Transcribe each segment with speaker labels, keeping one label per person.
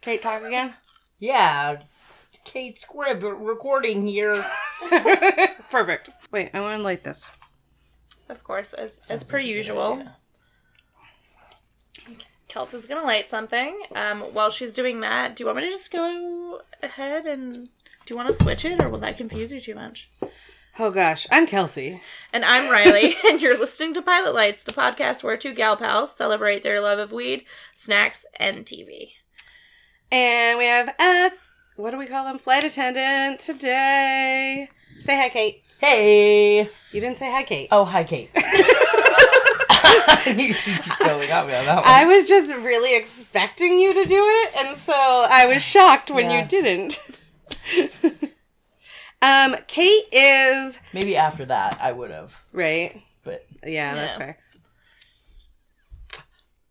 Speaker 1: Kate, talk again.
Speaker 2: Yeah, Kate Squibb recording here.
Speaker 1: Perfect. Wait, I want to light this.
Speaker 3: Of course, as, as per usual. Kelsey's gonna light something. Um, while she's doing that, do you want me to just go ahead and do you want to switch it, or will that confuse you too much?
Speaker 1: Oh gosh, I'm Kelsey.
Speaker 3: And I'm Riley, and you're listening to Pilot Lights, the podcast where two gal pals celebrate their love of weed, snacks, and TV.
Speaker 1: And we have a what do we call them? Flight attendant today. Say hi, Kate.
Speaker 2: Hey.
Speaker 1: You didn't say hi, Kate.
Speaker 2: Oh, hi, Kate. you totally got me on that one.
Speaker 1: I was just really expecting you to do it, and so I was shocked when
Speaker 2: Yeah.
Speaker 1: you didn't. um, Kate is
Speaker 2: Maybe after that, I would have.
Speaker 1: right.
Speaker 2: But
Speaker 1: Yeah, that's
Speaker 3: Yeah.
Speaker 1: fair.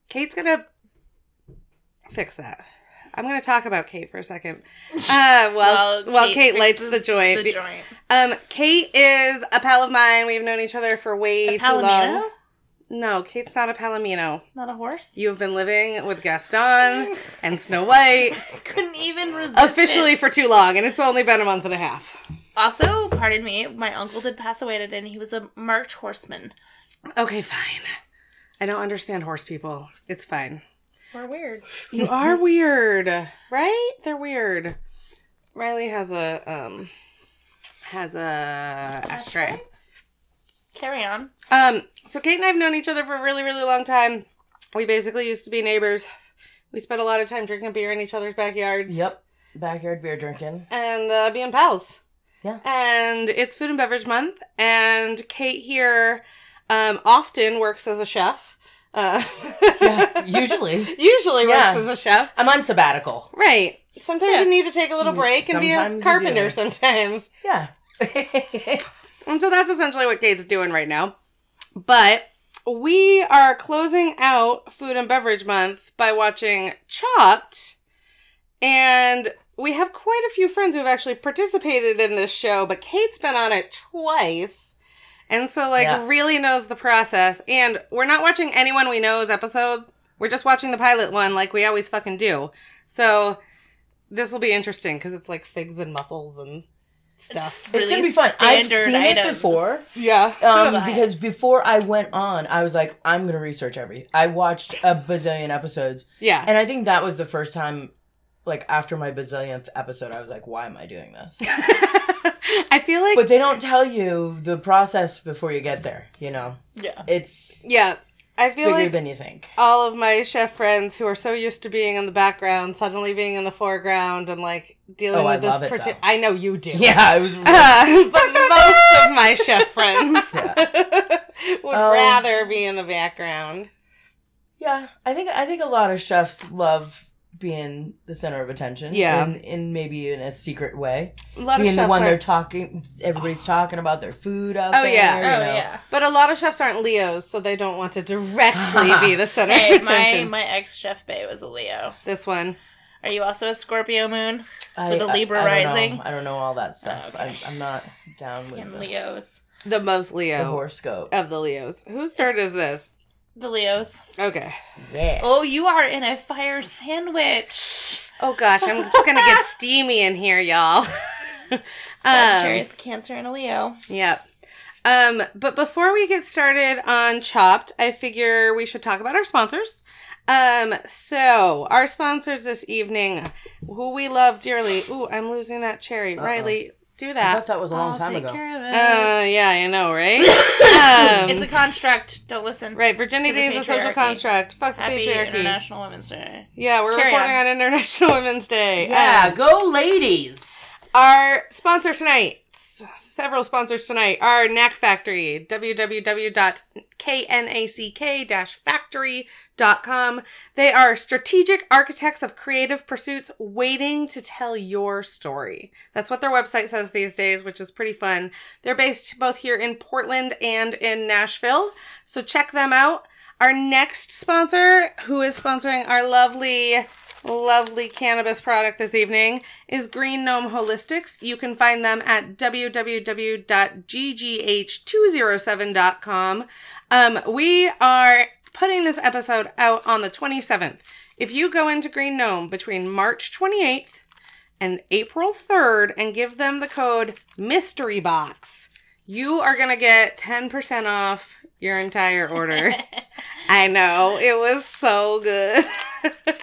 Speaker 1: Kate's gonna fix that. I'm gonna talk about Kate for a second. Uh, well, well, Kate, lights the
Speaker 3: fixes
Speaker 1: joint.
Speaker 3: The joint.
Speaker 1: Um, Kate is a pal of mine. We've known each other for way
Speaker 3: A
Speaker 1: too long.
Speaker 3: palomino?
Speaker 1: No, Kate's not a palomino.
Speaker 3: Not a horse.
Speaker 1: You have been living with Gaston and Snow White
Speaker 3: Couldn't even resist. it.
Speaker 1: Uh, officially for too long, and it's only been a month and a half.
Speaker 3: Also, pardon me, my uncle did pass away today, and he was a marked horseman.
Speaker 1: Okay, fine. I don't understand horse people. It's fine.
Speaker 3: We're weird.
Speaker 1: You are weird, right? They're weird. Riley has a um has a ashtray.
Speaker 3: Carry on.
Speaker 1: Um, so Kate and I have known each other for a really, really long time. We basically used to be neighbors. We spent a lot of time drinking beer in each other's backyards.
Speaker 2: yep, backyard beer drinking.
Speaker 1: And uh, being pals.
Speaker 2: Yeah.
Speaker 1: And it's food and beverage month, and Kate here um, often works as a chef. Uh,
Speaker 2: Yeah, usually.
Speaker 1: usually
Speaker 2: Yeah.
Speaker 1: works as a chef.
Speaker 2: I'm on sabbatical.
Speaker 1: Right. Sometimes you need to take a little break and be a
Speaker 2: Mm. Sometimes you
Speaker 1: carpenter
Speaker 2: do.
Speaker 1: sometimes.
Speaker 2: Yeah.
Speaker 1: And so that's essentially what Kate's doing right now. But we are closing out Food and Beverage Month by watching Chopped. And we have quite a few friends who have actually participated in this show, but Kate's been on it twice. And so, like,
Speaker 2: Yeah.
Speaker 1: really knows the process. And we're not watching anyone we know's episode. We're just watching the pilot one like we always fucking do. So, this will be interesting because it's like figs and mussels and stuff.
Speaker 2: it's gonna be fun. I've seen it before.
Speaker 1: Yeah.
Speaker 3: have
Speaker 2: Um,
Speaker 3: I.
Speaker 2: because before I went on, I was like, I'm gonna research everything. I watched a bazillion episodes,
Speaker 1: Yeah.
Speaker 2: and I think that was the first time, like after my bazillionth episode, I was like, why am I doing this?
Speaker 1: I feel like
Speaker 2: but they don't tell you the process before you get there. You know,
Speaker 3: Yeah.
Speaker 2: it's
Speaker 1: yeah, I feel
Speaker 2: bigger
Speaker 1: like
Speaker 2: than you think.
Speaker 1: all of my chef friends who are so used to being in the background suddenly being in the foreground and like dealing
Speaker 2: Oh, I
Speaker 1: with this
Speaker 2: love it,
Speaker 1: parti-
Speaker 2: though.
Speaker 1: I know you do.
Speaker 2: Yeah, it was.
Speaker 1: Uh, but most of my chef friends would
Speaker 2: Oh.
Speaker 1: rather be in the background.
Speaker 2: yeah, I think I think a lot of chefs love being the center of attention.
Speaker 1: Yeah.
Speaker 2: in, in maybe in a secret way.
Speaker 1: A lot of
Speaker 2: being the
Speaker 1: chefs
Speaker 2: one they're
Speaker 1: aren't,
Speaker 2: talking, everybody's talking about their food out
Speaker 1: Oh,
Speaker 2: there.
Speaker 1: yeah.
Speaker 3: Oh,
Speaker 2: you know.
Speaker 3: yeah.
Speaker 1: but a lot of chefs aren't Leos, so they don't want to directly be the center
Speaker 3: Hey,
Speaker 1: of
Speaker 3: my,
Speaker 1: attention.
Speaker 3: my ex Chef Bay was a Leo.
Speaker 1: This one,
Speaker 3: Are you also a Scorpio moon?
Speaker 2: I,
Speaker 3: With the Libra
Speaker 2: I, I don't know.
Speaker 3: rising.
Speaker 2: I don't know all that stuff.
Speaker 3: Oh, okay.
Speaker 2: I, I'm not down with
Speaker 3: And
Speaker 2: the,
Speaker 3: Leos.
Speaker 1: the most
Speaker 2: the
Speaker 1: Leo
Speaker 2: horoscope.
Speaker 1: of the Leos. Whose turn is this?
Speaker 3: The Leos.
Speaker 1: Okay.
Speaker 2: Yeah.
Speaker 3: Oh, you are in a fire sandwich.
Speaker 1: Oh gosh, I'm gonna get steamy in here, y'all. um,
Speaker 3: Sagittarius,
Speaker 2: Um,
Speaker 3: Cancer, and a Leo.
Speaker 1: yep. Um, but before we get started on Chopped, I figure we should talk about our sponsors. Um, so our sponsors this evening, who we love dearly. Ooh, I'm losing that cherry. Riley, do
Speaker 2: I
Speaker 1: that.
Speaker 2: thought that was a long
Speaker 3: I'll
Speaker 2: time
Speaker 3: take
Speaker 2: ago. Um,
Speaker 3: care of it.
Speaker 1: Uh, yeah, I know, right? Um,
Speaker 3: it's a construct. Don't listen.
Speaker 1: right. Virginity
Speaker 3: to the
Speaker 1: is a social
Speaker 3: patriarchy.
Speaker 1: construct. Fuck the
Speaker 3: Happy
Speaker 1: patriarchy.
Speaker 3: International Women's Day.
Speaker 1: Yeah, we're
Speaker 3: Carry
Speaker 1: recording on.
Speaker 3: on.
Speaker 1: International Women's Day.
Speaker 2: Yeah,
Speaker 1: Um,
Speaker 2: go ladies.
Speaker 1: Our sponsor tonight, s- several sponsors tonight, are Knack Factory, www.knack-factory.com. They are strategic architects of creative pursuits waiting to tell your story. That's what their website says these days, which is pretty fun. They're based both here in Portland and in Nashville, so check them out. Our next sponsor, who is sponsoring our lovely lovely cannabis product this evening is Green Gnome Holistics. You can find them at www.ggh207.com. Um, we are putting this episode out on the 27th. If you go into Green Gnome between March 28th and April 3rd and give them the code mystery box, you are going to get 10% off your entire order. I know. It was so good.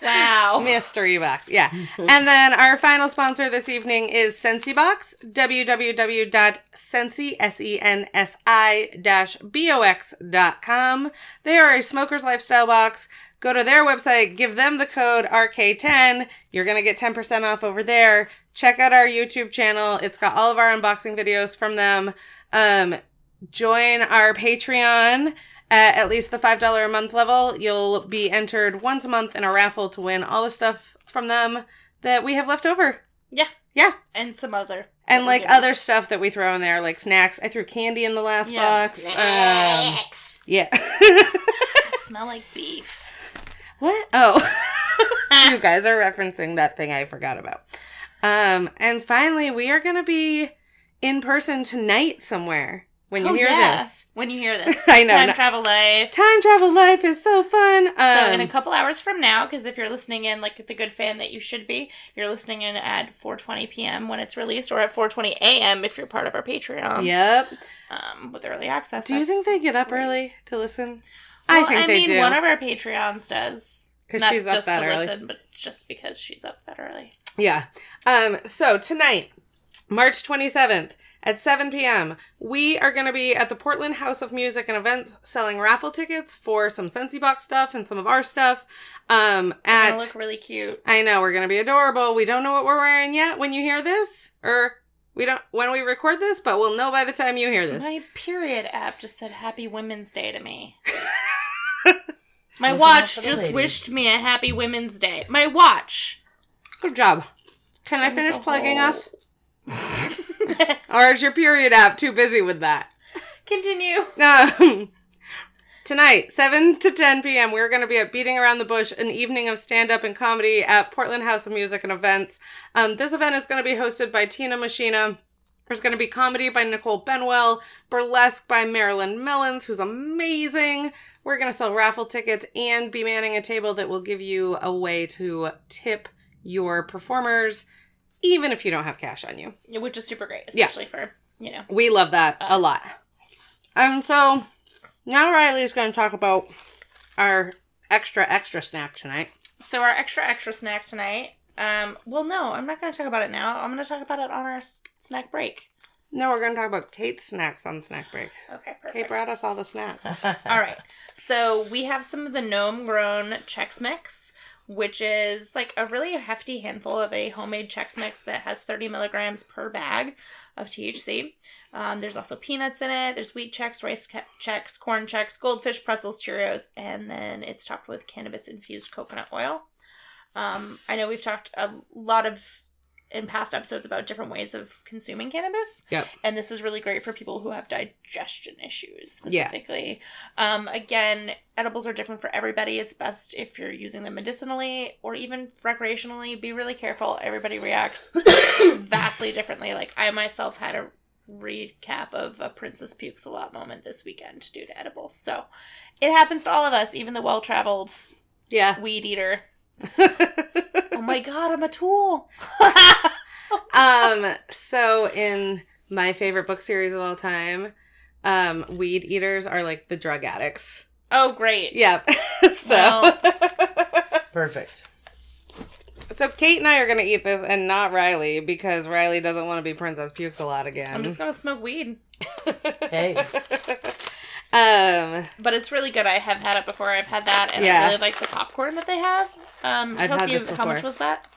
Speaker 3: Wow.
Speaker 1: Mystery box, yeah. and then our final sponsor this evening is SensiBox, www.sensi, S-E-N-S-I dash B-O-X dot com. They are a smoker's lifestyle box. Go to their website, give them the code RK10. You're going to get 10% off over there. Check out our YouTube channel. It's got all of our unboxing videos from them. Um, join our Patreon at at least the $5 a month level. You'll be entered once a month in a raffle to win all the stuff from them that we have left over.
Speaker 3: Yeah.
Speaker 1: Yeah.
Speaker 3: And some other.
Speaker 1: And like
Speaker 3: goodness.
Speaker 1: other stuff that we throw in there, like snacks. I threw candy in the last
Speaker 3: Yeah.
Speaker 1: box. Um, yeah.
Speaker 3: smell like beef.
Speaker 1: what? Oh. you guys are referencing that thing I forgot about. Um, and finally, we are going to be in person tonight somewhere when you
Speaker 3: Oh,
Speaker 1: hear
Speaker 3: yeah.
Speaker 1: this.
Speaker 3: When you hear this.
Speaker 1: I know.
Speaker 3: Time
Speaker 1: no-
Speaker 3: travel life.
Speaker 1: Time travel life is so fun. Um,
Speaker 3: So in a couple hours from now, because if you're listening in like the good fan that you should be, you're listening in at 4:20 p.m. when it's released, or at 4:20 a.m. if you're part of our Patreon.
Speaker 1: yep.
Speaker 3: Um, with early access.
Speaker 1: Do you
Speaker 3: That's-
Speaker 1: think they get up early to listen? I
Speaker 3: Well,
Speaker 1: think
Speaker 3: I
Speaker 1: they
Speaker 3: mean,
Speaker 1: do.
Speaker 3: one of our Patreons does.
Speaker 1: 'Cause
Speaker 3: Not
Speaker 1: she's up
Speaker 3: just
Speaker 1: that
Speaker 3: to
Speaker 1: early.
Speaker 3: listen, but just because she's up that early.
Speaker 1: yeah. Um. So tonight, March twenty seventh at seven p.m., we are going to be at the Portland House of Music and Events selling raffle tickets for some Sensi Box stuff and some of our stuff. Um.
Speaker 3: They're
Speaker 1: At
Speaker 3: gonna look really cute.
Speaker 1: I know we're going to be adorable. We don't know what we're wearing yet when you hear this, or we don't when we record this, but we'll know by the time you hear this.
Speaker 3: My period app just said Happy Women's Day to me. My
Speaker 2: Looking out
Speaker 3: watch
Speaker 2: for the
Speaker 3: just
Speaker 2: ladies.
Speaker 3: wished me a Happy Women's Day. My watch.
Speaker 1: Good job. Can i
Speaker 3: I'm
Speaker 1: finish
Speaker 3: so
Speaker 1: plugging
Speaker 3: old.
Speaker 1: us? or is your period app too busy with that?
Speaker 3: Continue.
Speaker 1: Um, tonight, 7 to 10 p.m., we're going to be at Beating Around the Bush, an evening of stand up and comedy at Portland House of Music and Events. Um, this event is going to be hosted by Tina Machina. There's going to be comedy by Nicole Benwell, burlesque by Marilyn Mellons, who's amazing. We're going to sell raffle tickets and be manning a table that will give you a way to tip your performers, even if you don't have cash on you.
Speaker 3: Yeah, which is super great,
Speaker 1: Yeah.
Speaker 3: especially for you know.
Speaker 1: We love that a lot. And so now Riley's going to talk about our extra extra snack tonight.
Speaker 3: So our extra extra snack tonight. Um, well, no, I'm not going to talk about it now. I'm going to talk about it on our s- snack break.
Speaker 1: No, we're going to talk about Kate's snacks on snack break.
Speaker 3: Okay,
Speaker 1: Kate
Speaker 3: perfect.
Speaker 1: brought us all the snacks.
Speaker 3: All right. So we have some of the gnome grown Chex Mix, which is like a really hefty handful of a homemade Chex Mix that has 30 milligrams per bag of THC. Um, there's also peanuts in it. There's wheat Chex, rice ca- Chex, corn Chex, goldfish, pretzels, Cheerios, and then it's topped with cannabis infused coconut oil. Um, I know we've talked a lot of in past episodes about different ways of consuming cannabis.
Speaker 1: Yep.
Speaker 3: And this is really great for people who have digestion issues
Speaker 1: Yeah.
Speaker 3: specifically. Um, again, edibles are different for everybody. It's best if you're using them medicinally or even recreationally. Be really careful. Everybody reacts vastly differently. Like I myself had a recap of a princess pukes a lot moment this weekend due to edibles. So it happens to all of us, even the well traveled
Speaker 1: Yeah.
Speaker 3: weed eater. Oh my god, I'm a tool.
Speaker 1: um so in my favorite book series of all time, um weed eaters are like the drug addicts.
Speaker 3: oh great.
Speaker 1: Yep. so
Speaker 3: Well,
Speaker 2: Perfect.
Speaker 1: So Kate and I are gonna eat this, and not Riley because Riley doesn't want to be Princess Pukes a lot again.
Speaker 3: I'm just gonna smoke weed.
Speaker 2: Hey,
Speaker 1: um,
Speaker 3: But it's really good. I have had it before. I've had that, and
Speaker 1: Yeah.
Speaker 3: I really like the popcorn that they have. Um,
Speaker 1: I've had
Speaker 3: Kelsey,
Speaker 1: this
Speaker 3: how much
Speaker 1: before.
Speaker 3: was that?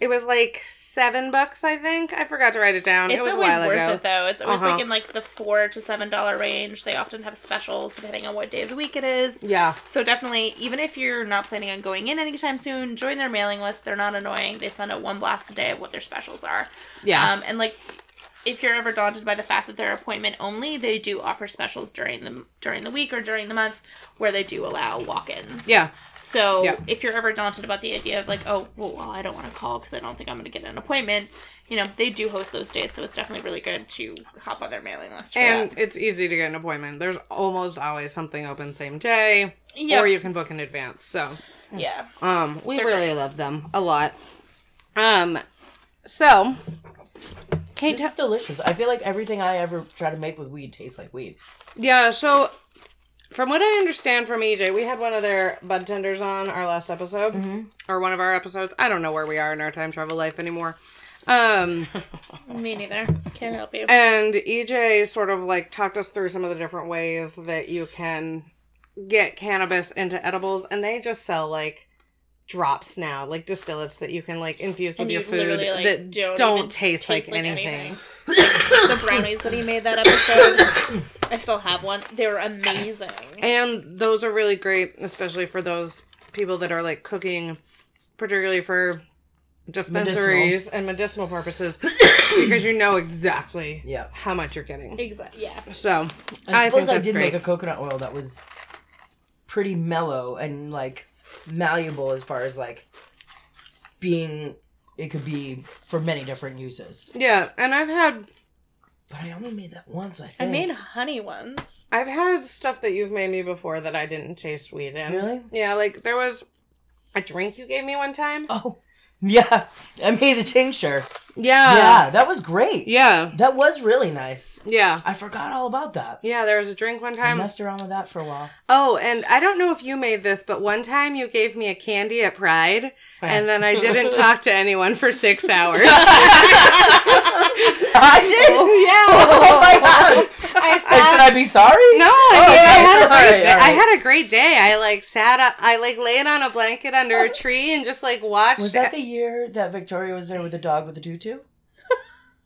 Speaker 1: it was like seven bucks, I think. I forgot to write it down.
Speaker 3: It's
Speaker 1: it was
Speaker 3: always
Speaker 1: a while
Speaker 3: worth
Speaker 1: ago.
Speaker 3: it though. It's always
Speaker 1: Uh-huh.
Speaker 3: like in like the four to seven dollar range. They often have specials depending on what day of the week it is.
Speaker 1: Yeah,
Speaker 3: So definitely, even if you're not planning on going in anytime soon, join their mailing list. They're not annoying. They send out one blast a day of what their specials are.
Speaker 1: yeah.
Speaker 3: Um, and like, if you're ever daunted by the fact that they're appointment only, they do offer specials during the during the week or during the month where they do allow walk-ins.
Speaker 1: Yeah.
Speaker 3: So
Speaker 1: Yeah.
Speaker 3: if you're ever daunted about the idea of like, oh, well, well, I don't want to call because I don't think I'm going to get an appointment, you know, they do host those days, so it's definitely really good to hop on their mailing list. For
Speaker 1: And
Speaker 3: that.
Speaker 1: it's easy to get an appointment. There's almost always something open same day,
Speaker 3: Yeah.
Speaker 1: or you can book in advance. So,
Speaker 3: yeah,
Speaker 1: um, we
Speaker 3: They're
Speaker 1: really love them a lot. Um, so Kate,
Speaker 2: this is delicious. I feel like everything I ever try to make with weed tastes like weed.
Speaker 1: Yeah, so from what I understand from EJ, we had one of their bud tenders on our last episode or one of our episodes. I don't know where we are in our time travel life anymore. Um
Speaker 3: me neither. Can't help you.
Speaker 1: and EJ sort of like talked us through some of the different ways that you can get cannabis into edibles and they just sell like drops now, like distillates that you can like infuse with
Speaker 3: And
Speaker 1: your
Speaker 3: you
Speaker 1: food
Speaker 3: literally, like,
Speaker 1: that
Speaker 3: don't
Speaker 1: don't,
Speaker 3: even
Speaker 1: taste,
Speaker 3: taste
Speaker 1: like,
Speaker 3: like
Speaker 1: anything.
Speaker 3: anything. the brownies that he made that episode, I still have one. They were amazing.
Speaker 1: And those are really great, especially for those people that are like cooking, particularly for dispensaries and medicinal purposes, because you know exactly
Speaker 2: Yeah.
Speaker 1: how much you're getting.
Speaker 3: Exactly. Yeah.
Speaker 1: So
Speaker 2: I,
Speaker 1: I, think
Speaker 2: suppose I
Speaker 1: that's
Speaker 2: did
Speaker 1: great.
Speaker 2: make a coconut oil that was pretty mellow and like malleable as far as like being it could be for many different uses.
Speaker 1: yeah, and I've had
Speaker 2: But I only made that once, I
Speaker 3: I
Speaker 2: think.
Speaker 3: made honey ones.
Speaker 1: I've had stuff that you've made me before that I didn't taste weed in.
Speaker 2: Really?
Speaker 1: Yeah, like there was a drink you gave me one time.
Speaker 2: Oh. Yeah. I made the tincture.
Speaker 1: Yeah.
Speaker 2: yeah, that was great.
Speaker 1: Uh, Yeah.
Speaker 2: That was really nice.
Speaker 1: Yeah.
Speaker 2: I forgot all about that.
Speaker 1: Yeah, there was a drink one
Speaker 2: I
Speaker 1: time.
Speaker 2: messed around with that for a while.
Speaker 1: Oh, and I don't know if you made this, but one time you gave me a candy at Pride, and then I didn't talk to anyone for six hours.
Speaker 2: I did.
Speaker 1: yeah,
Speaker 2: Oh my god.
Speaker 1: I
Speaker 2: I- should
Speaker 1: said.
Speaker 2: I be sorry?
Speaker 1: No, I, mean, I
Speaker 2: okay,
Speaker 1: had a
Speaker 2: alright,
Speaker 1: great day. I
Speaker 2: alright.
Speaker 1: had a great day. I like sat up, I like laid on a blanket under a tree and just like watched.
Speaker 2: Oh. Was that the year that Victoria was there with the dog with the tutu?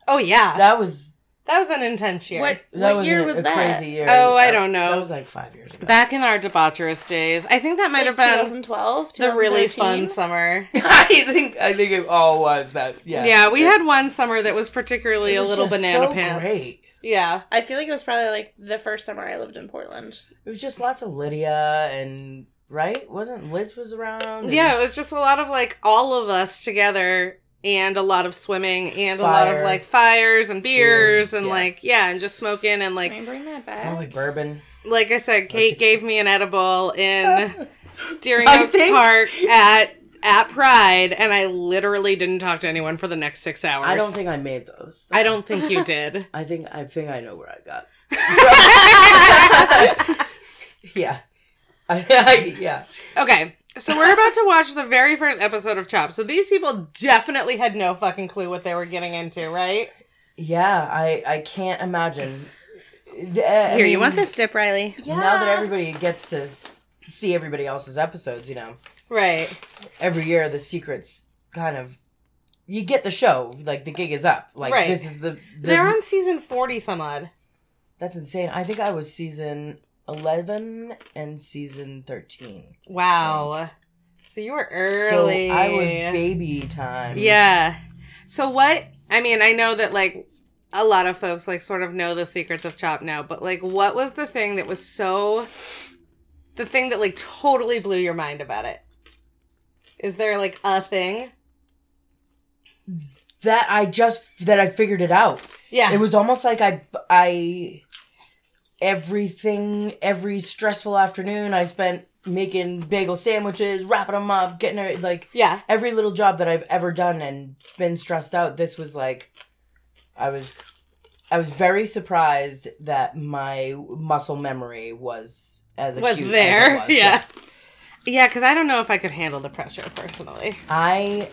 Speaker 1: oh yeah, that,
Speaker 2: That was
Speaker 1: was an intense year.
Speaker 3: What
Speaker 2: that
Speaker 3: what
Speaker 2: was
Speaker 3: year
Speaker 2: a,
Speaker 3: was
Speaker 2: a
Speaker 3: that?
Speaker 2: crazy year.
Speaker 1: Oh, I
Speaker 2: That-
Speaker 1: don't know.
Speaker 2: That was like five years ago.
Speaker 1: Back in our debaucherous days, I think that might have been
Speaker 3: 2012,
Speaker 1: the really fun summer.
Speaker 2: I think I think it all was that. Yeah.
Speaker 1: Yeah, we had one summer that was particularly
Speaker 2: It
Speaker 1: a
Speaker 2: was
Speaker 1: little
Speaker 2: just
Speaker 1: banana
Speaker 2: so
Speaker 1: pants.
Speaker 2: Great.
Speaker 1: Yeah,
Speaker 3: I feel like it was probably like the first summer I lived in Portland.
Speaker 2: It was just lots of Lydia and right wasn't Liz was around. and
Speaker 1: Yeah, it was just a lot of like all of us together and a lot of swimming and a lot of
Speaker 2: Fire.
Speaker 1: like fires and beers
Speaker 2: Beers,
Speaker 1: and
Speaker 2: yeah.
Speaker 1: like yeah, and just smoking and
Speaker 3: Can
Speaker 1: like
Speaker 3: I bring that back?
Speaker 2: probably bourbon.
Speaker 1: like I said, Kate gave me an edible in Deering
Speaker 2: I
Speaker 1: Oaks
Speaker 2: think-
Speaker 1: Park at at Pride and I literally didn't talk to anyone for the next six hours.
Speaker 2: I don't think I made those.
Speaker 1: I don't think you did.
Speaker 2: I think I think I know where I got. yeah. I, I, yeah.
Speaker 1: Okay. So we're about to watch the very first episode of Chop. So these people definitely had no fucking clue what they were getting into, right?
Speaker 2: Yeah, I I can't imagine.
Speaker 1: Here, you want this dip, Riley?
Speaker 2: Now that everybody gets to s- see everybody else's episodes, you know,
Speaker 1: Right.
Speaker 2: every year the secrets kind of you get the show like the gig is up. Like
Speaker 1: Right.
Speaker 2: this is the, the
Speaker 1: They're on season 40 some odd.
Speaker 2: That's insane. I think I was season 11 and season 13.
Speaker 1: Wow. So you were early.
Speaker 2: So I was baby time.
Speaker 1: Yeah. So what? I mean, I know that like a lot of folks like sort of know the secrets of Chop now, but like what was the thing that was so the thing that like totally blew your mind about it? Is there like a thing?
Speaker 2: That I just that I figured it out.
Speaker 1: Yeah.
Speaker 2: It was almost like I I everything every stressful afternoon I spent making bagel sandwiches, wrapping them up, getting it like
Speaker 1: yeah.
Speaker 2: every little job that I've ever done and been stressed out, this was like I was I was very surprised that my muscle memory was as
Speaker 1: Was
Speaker 2: acute as
Speaker 1: there?
Speaker 2: it was.
Speaker 1: yeah. Yeah, cuz I don't know if I could handle the pressure personally.
Speaker 2: I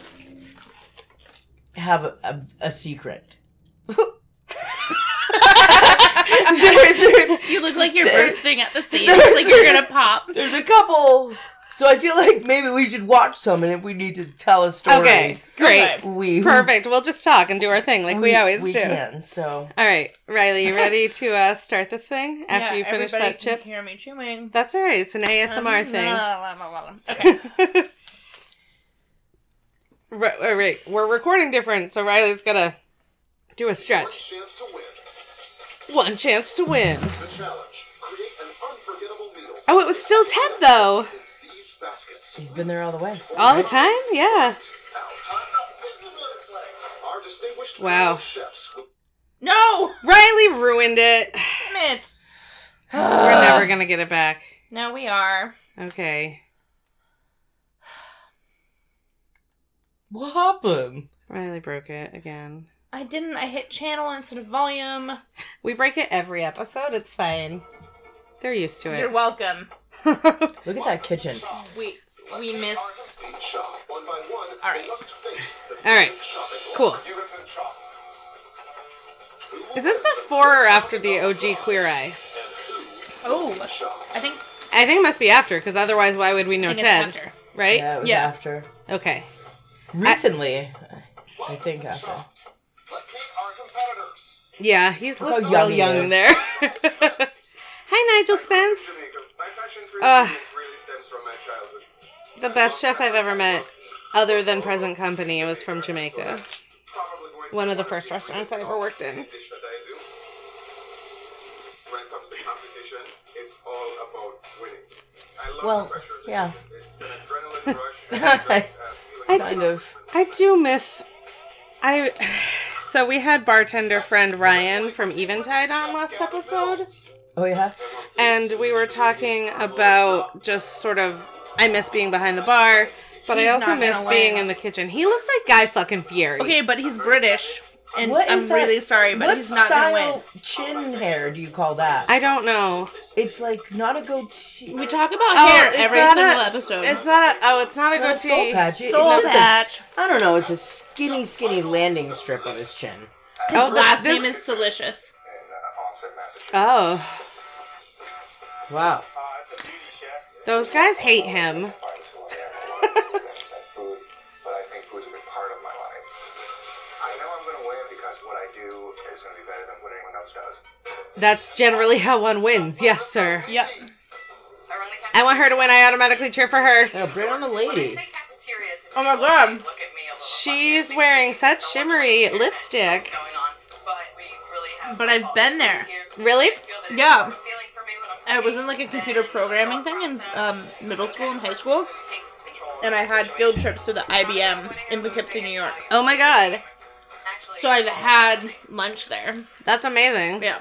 Speaker 2: have a, a, a secret.
Speaker 1: There's- there-
Speaker 3: You look like you're bursting at the seams, like you're gonna pop.
Speaker 2: There's a couple. So I feel like maybe we should watch some, and if we need to tell a story,
Speaker 1: okay, great.
Speaker 3: Okay.
Speaker 2: we
Speaker 1: Perfect. We'll just talk and do our thing like we, always do.
Speaker 2: Can, so
Speaker 1: All right, Riley, you ready to uh, start this thing after you finish
Speaker 3: everybody
Speaker 1: that chip?
Speaker 3: Can hear me chewing. Mm,
Speaker 1: That's all right. It's an ASMR thing.
Speaker 3: La, la, la, la, la. Okay.
Speaker 1: Right, all right, we're recording different, so Riley's gotta do a stretch.
Speaker 4: chance to win.
Speaker 1: One chance to win.
Speaker 4: The challenge. Create an unforgettable meal
Speaker 1: Oh, it was still Ted though,
Speaker 4: in these baskets.
Speaker 2: he's been there all the way.
Speaker 1: all the time. Yeah.
Speaker 4: Our distinguished
Speaker 1: Wow.
Speaker 4: chefs will
Speaker 3: No,
Speaker 1: Riley ruined it.
Speaker 3: damn it.
Speaker 1: We're never gonna get it back.
Speaker 3: No, we are.
Speaker 1: Okay,
Speaker 2: What happened?
Speaker 1: Riley broke it again.
Speaker 3: I didn't. I hit channel instead of volume.
Speaker 1: We break it every episode. It's fine. They're used to
Speaker 3: You're
Speaker 1: it.
Speaker 3: welcome.
Speaker 2: Look at that kitchen.
Speaker 3: We we missed.
Speaker 4: each shop one by one.
Speaker 3: All right.
Speaker 4: They must face the
Speaker 1: All right.
Speaker 4: shopping
Speaker 1: Cool.
Speaker 4: You have been chopped. Who will
Speaker 1: Is this before or after the OG Queer Eye?
Speaker 3: Oh, I think
Speaker 1: I think it must be after, because otherwise, why would we know
Speaker 3: I think it's
Speaker 1: Ted?
Speaker 3: after.
Speaker 1: Right?
Speaker 2: Yeah, it was
Speaker 3: Yeah.
Speaker 2: after
Speaker 1: Okay.
Speaker 2: recently. I think after.
Speaker 4: Let's meet our competitors.
Speaker 1: Yeah, he's
Speaker 2: Look how
Speaker 1: looks
Speaker 2: young
Speaker 1: real
Speaker 2: he
Speaker 1: young
Speaker 2: is.
Speaker 1: there. Hi, Nigel Spence,
Speaker 4: My passion for
Speaker 1: Ugh.
Speaker 4: food really stems from my childhood.
Speaker 1: the best chef I've ever met, other than Present Company. It was from Jamaica,
Speaker 4: Probably going to
Speaker 1: one of the
Speaker 4: wanna
Speaker 1: first
Speaker 4: be
Speaker 1: restaurants I ever worked in.
Speaker 4: dish that I do. When it comes to competition, it's all about winning. I love
Speaker 2: Well,
Speaker 4: the pressure.
Speaker 2: yeah.
Speaker 4: It's an adrenaline rush. and a feeling
Speaker 1: I
Speaker 4: of
Speaker 1: do-
Speaker 2: Kind of.
Speaker 1: I do miss. I so we had bartender friend Ryan from Eventide on last episode.
Speaker 2: Oh yeah.
Speaker 1: and we were talking about just sort of I miss being behind the bar, but I
Speaker 3: He's
Speaker 1: also
Speaker 3: not
Speaker 1: miss
Speaker 3: gonna
Speaker 1: being
Speaker 3: win.
Speaker 1: in the kitchen. He looks like Guy fucking Fieri.
Speaker 3: Okay, but he's British, and
Speaker 2: What is
Speaker 3: I'm
Speaker 2: that-
Speaker 3: really sorry, but
Speaker 2: what
Speaker 3: he's not
Speaker 2: style
Speaker 3: gonna win.
Speaker 2: Chin hair? Do you call that?
Speaker 1: I don't know.
Speaker 2: it's like not a goatee.
Speaker 3: We talk about
Speaker 1: Oh,
Speaker 3: hair
Speaker 1: it's
Speaker 3: every
Speaker 1: not
Speaker 3: single
Speaker 1: a-
Speaker 3: episode.
Speaker 1: It's not a oh, it's not a
Speaker 2: Not a
Speaker 1: goatee.
Speaker 2: soul patch. It-
Speaker 3: Soul
Speaker 2: it's just a-
Speaker 3: patch.
Speaker 2: I don't know. It's a skinny, skinny landing strip of his chin.
Speaker 3: His
Speaker 1: Oh,
Speaker 3: last
Speaker 1: this-
Speaker 3: name is Delicious.
Speaker 4: uh,
Speaker 1: Oh,
Speaker 2: Wow.
Speaker 1: those guys hate him.
Speaker 4: food, but I think food's a big part of my life. I know I'm gonna win because what I do is gonna be better than what anyone else does.
Speaker 1: That's generally how one wins. Yes, sir.
Speaker 3: Yep.
Speaker 1: I want her to win. I automatically cheer for her.
Speaker 2: Yeah, bring on the lady.
Speaker 3: Oh my god.
Speaker 1: She's wearing such shimmery lipstick.
Speaker 3: But I've been there.
Speaker 1: Really?
Speaker 3: Yeah. I was in like a computer programming thing in um, middle school and high school, and I had field trips to the IBM in Poughkeepsie, New York.
Speaker 1: Oh my god,
Speaker 3: So I've had lunch there.
Speaker 1: that's amazing.
Speaker 3: Yeah.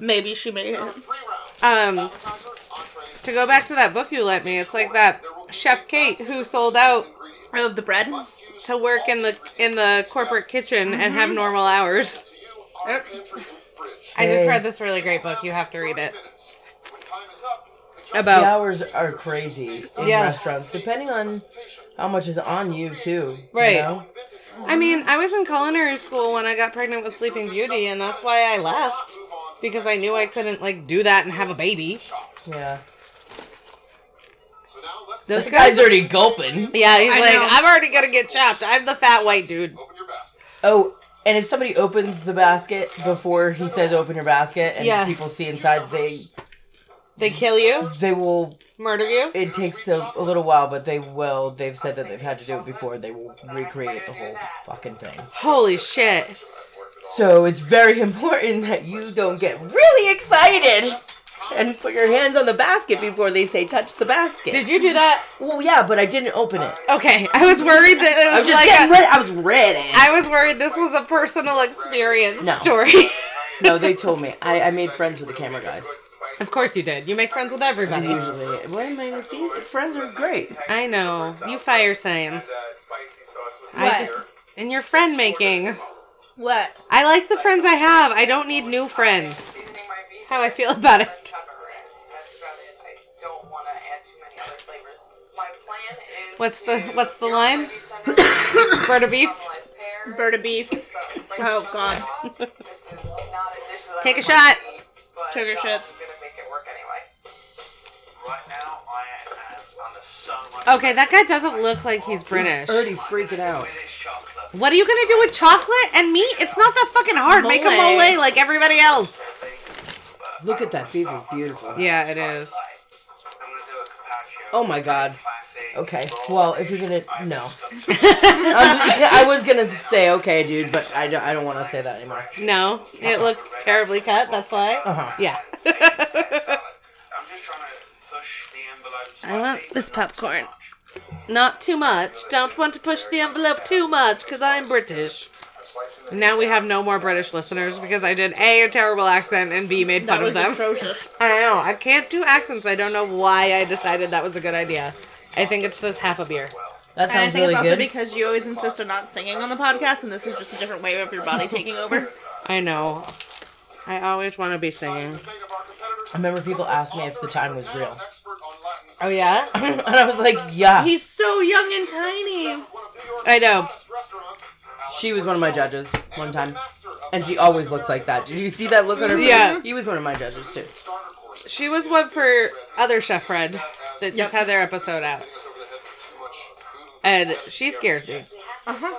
Speaker 3: Maybe she made it.
Speaker 4: Three rounds.
Speaker 1: Um,
Speaker 4: Appetizer, entree,
Speaker 1: To go back to that book you lent me, it's like that Chef Kate who sold out
Speaker 4: ingredients.
Speaker 3: Of the bread?
Speaker 1: to work in the in the corporate kitchen and have
Speaker 3: Mm-hmm.
Speaker 1: normal hours.
Speaker 4: To you, our pantry and fridge.
Speaker 1: I just
Speaker 2: Hey.
Speaker 1: read this really great book. You have to read it.
Speaker 4: Minutes. When time is up, the judge
Speaker 2: The
Speaker 1: About
Speaker 2: hours are crazy in
Speaker 1: Oh. Yeah.
Speaker 2: restaurants, depending on how much is on you too. you
Speaker 1: Right.
Speaker 2: know?
Speaker 4: invented you.
Speaker 1: I mean, I was in culinary school when I got pregnant with Sleeping Beauty and that's why I left because I knew I couldn't like do that and have a baby.
Speaker 2: Yeah.
Speaker 4: So now let's
Speaker 1: Those
Speaker 2: This guy's already gulping.
Speaker 1: Yeah, he's
Speaker 3: I
Speaker 1: like,
Speaker 3: know.
Speaker 1: I'm already gonna get chopped. I'm the fat white dude.
Speaker 4: open your baskets.
Speaker 2: Oh, and if somebody opens the basket before he says "open your basket" and
Speaker 1: Yeah.
Speaker 2: people see inside, they
Speaker 1: They kill you,
Speaker 2: they will.
Speaker 1: murder you.
Speaker 2: It takes a, a little while, but they will. They've said that they've had to do it before. They will recreate the whole fucking thing.
Speaker 1: Holy shit.
Speaker 2: So it's very important that you don't get really excited and put your hands on the basket before they say touch the basket.
Speaker 1: Did you do that?
Speaker 2: Well, yeah, but I didn't open it.
Speaker 1: Okay, I was worried that it
Speaker 2: I
Speaker 1: was,
Speaker 2: was just
Speaker 1: like
Speaker 2: getting
Speaker 1: a,
Speaker 2: ready. I was ready.
Speaker 1: I was worried this was a personal experience
Speaker 2: No.
Speaker 1: story.
Speaker 2: no, they told me. I, I made friends with the camera guys.
Speaker 1: Of course you did. You make friends with everybody.
Speaker 2: Usually, what am I gonna see? Friends are great.
Speaker 1: I know. You fire science.
Speaker 4: spicy sauce with
Speaker 1: I just and your friend making.
Speaker 3: What?
Speaker 1: I like the friends I have. I don't need new friends. That's how I feel about it. What's the what's the line? Roberta beef.
Speaker 3: Bird of beef.
Speaker 5: Oh
Speaker 3: God.
Speaker 1: Take a shot.
Speaker 3: Sugar shots.
Speaker 6: Right now, I am on the sun.
Speaker 1: Okay, that guy doesn't look like he's British.
Speaker 2: Already freaking out.
Speaker 6: It is chocolate.
Speaker 1: What are you gonna do with chocolate and meat? It's not that fucking hard. Make a
Speaker 3: Mole.
Speaker 1: mole like everybody else.
Speaker 2: Look at that beef is beautiful.
Speaker 1: Yeah, it is.
Speaker 6: I'm gonna do a carpaccio.
Speaker 2: Oh my god.
Speaker 6: Classic.
Speaker 2: Okay. Well, if you're gonna no, I'm- yeah, I was gonna say okay, dude, but I don't, I don't want to say that anymore.
Speaker 1: No, it looks terribly cut. That's why.
Speaker 2: Uh-huh.
Speaker 1: Yeah.
Speaker 6: I'm just trying to push the envelope.
Speaker 1: I want this popcorn. Not too much. Don't want to push the envelope too much because I'm British.
Speaker 4: Slicing the
Speaker 1: Now we have no more British listeners because I did A, a terrible accent, and B, made fun
Speaker 3: That
Speaker 1: of
Speaker 3: was
Speaker 1: them.
Speaker 3: atrocious.
Speaker 1: I don't know. I can't do accents. I don't know why I decided that was a good idea. I think it's this half a beer.
Speaker 2: That
Speaker 3: And I
Speaker 2: sounds
Speaker 3: think it's
Speaker 2: really
Speaker 3: also
Speaker 2: good.
Speaker 3: because you always insist on not singing on the podcast, and this is just a different way of your body taking over.
Speaker 1: I know. I always want to be singing.
Speaker 4: debate of our competitors.
Speaker 2: I remember people asked me if the time was real,
Speaker 4: Expert on Latin.
Speaker 1: Oh yeah.
Speaker 2: and I was like, yeah.
Speaker 3: He's so young and tiny.
Speaker 4: One of New York's
Speaker 1: I know.
Speaker 4: hottest restaurants. Alex
Speaker 2: She was one of my judges one time,
Speaker 4: Master of
Speaker 2: and she
Speaker 4: Latin
Speaker 2: always looks like that. Did you see that look on her face?
Speaker 1: Yeah.
Speaker 2: He was one of my judges too.
Speaker 4: starter course.
Speaker 1: She was one for other chef Fred that just had their episode out,
Speaker 4: Hitting us over the head with too much food.
Speaker 1: and she scares me.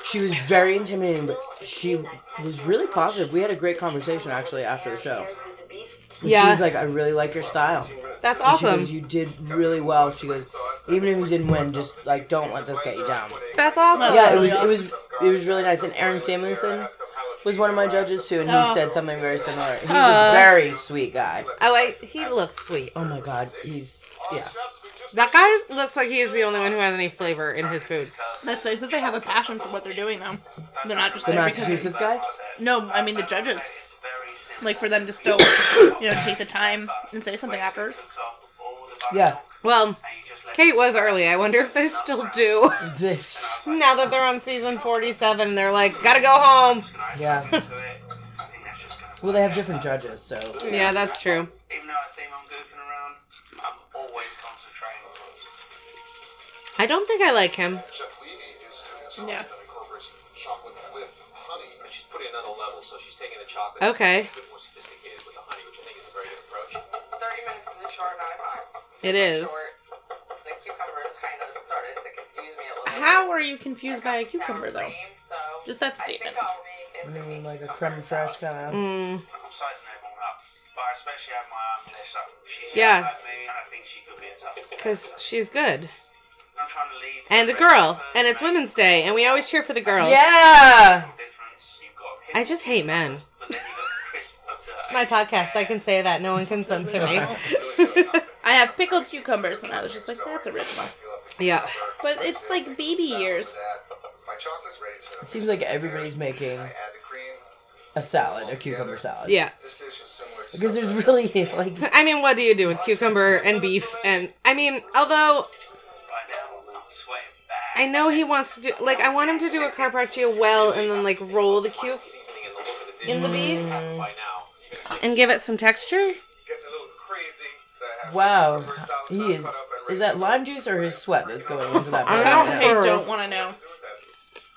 Speaker 2: She was very intimidating, but she was really positive. We had a great conversation actually after the show. And She was
Speaker 1: Yeah,
Speaker 2: like, I really like your style.
Speaker 1: that's
Speaker 2: And She
Speaker 1: awesome.
Speaker 2: goes, you did really well. She goes, even if you didn't win, just like don't let this get you down.
Speaker 1: That's awesome.
Speaker 2: Yeah, it was it was it was really nice. And Aaron Samuelson was one of my judges too, and he
Speaker 3: Oh.
Speaker 2: said something very similar. He's
Speaker 1: Aw.
Speaker 2: a very sweet guy.
Speaker 1: Oh, I, he looks sweet.
Speaker 2: Oh my god, he's yeah.
Speaker 4: Chefs, we just
Speaker 1: That guy looks like he is the only one who has any flavor in his food.
Speaker 3: That's nice that they have a passion for what they're doing, though. They're not just
Speaker 2: The
Speaker 3: there because.
Speaker 2: Massachusetts guy?
Speaker 3: No, I mean the judges.
Speaker 6: It's very simple.
Speaker 3: Like for them to still, you know, take the time and say something afterwards.
Speaker 6: Looks off all the buttons,
Speaker 2: Yeah.
Speaker 1: Well,
Speaker 6: and you just let
Speaker 1: Kate was early. I wonder if they still do. Now that they're on season 47, they're like, gotta go home.
Speaker 2: yeah.
Speaker 6: it do it. I think that's just gonna
Speaker 2: Well they have different judges, so
Speaker 1: Yeah, that's true.
Speaker 6: Even though I seem I'm goofing around, I'm always concentrating.
Speaker 1: I don't think I like him.
Speaker 4: Chef Levy is doing a sauce
Speaker 3: Yeah.
Speaker 4: that incorporates chocolate with honey.
Speaker 7: She's putting it another level, so she's taking the chocolate.
Speaker 1: Okay,
Speaker 7: A bit more sophisticated with the honey, which I think is a very good approach.
Speaker 5: Thirty minutes is a short amount of time. Super
Speaker 1: it is.
Speaker 5: short. The cucumbers kind of started to confuse me a little.
Speaker 3: How
Speaker 5: bit.
Speaker 3: are you confused by a
Speaker 5: Sound
Speaker 3: cucumber, though?
Speaker 5: lame, so
Speaker 3: Just that
Speaker 5: I think
Speaker 3: statement.
Speaker 5: I'll leave it to me.
Speaker 2: Mm, like a creme fraiche
Speaker 1: Mm,
Speaker 2: kinda
Speaker 6: I'm sizing everyone up, but I especially have my arm lifted up. She's
Speaker 1: Yeah.
Speaker 6: young like me, and I think she could be a tough one.
Speaker 1: because she's good.
Speaker 6: I'm trying to leave.
Speaker 1: And a girl. And it's Women's Day, and we always cheer for the girls.
Speaker 2: Yeah.
Speaker 6: Difference. You've got
Speaker 1: I
Speaker 6: hip,
Speaker 1: just hate men.
Speaker 6: but then you've got crisp of the.
Speaker 1: It's my podcast. I can say that. No one can censor me.
Speaker 3: I have pickled cucumbers, and I was just like, that's original.
Speaker 1: yeah.
Speaker 3: But it's like baby years.
Speaker 4: That my chocolate's ready to.
Speaker 2: It seems like everybody's making
Speaker 4: I add the cream.
Speaker 2: a salad, a cucumber salad.
Speaker 1: Yeah.
Speaker 4: This dish is similar to.
Speaker 2: Because there's
Speaker 4: some-
Speaker 2: really like
Speaker 1: I mean, what do you do with cucumber and beef? And I mean, although
Speaker 6: Right now, I'm sweating bad.
Speaker 1: I know he wants to do, like, I want him to do a carpaccio well and then, like, roll the cuke
Speaker 7: Seasoning and the look of the dish
Speaker 1: in the beef
Speaker 2: Mm.
Speaker 7: by now. You can see
Speaker 1: and give it some texture.
Speaker 4: Getting a little crazy. that I have
Speaker 2: Wow,
Speaker 4: cucumbers out,
Speaker 2: he
Speaker 4: sun
Speaker 2: is.
Speaker 4: cut up and
Speaker 2: Is
Speaker 4: ready
Speaker 2: that
Speaker 4: to-
Speaker 2: lime juice or his sweat that's going into that?
Speaker 1: I
Speaker 2: bowl
Speaker 1: don't
Speaker 2: right
Speaker 3: I
Speaker 2: now?
Speaker 1: Or-
Speaker 3: don't want to know.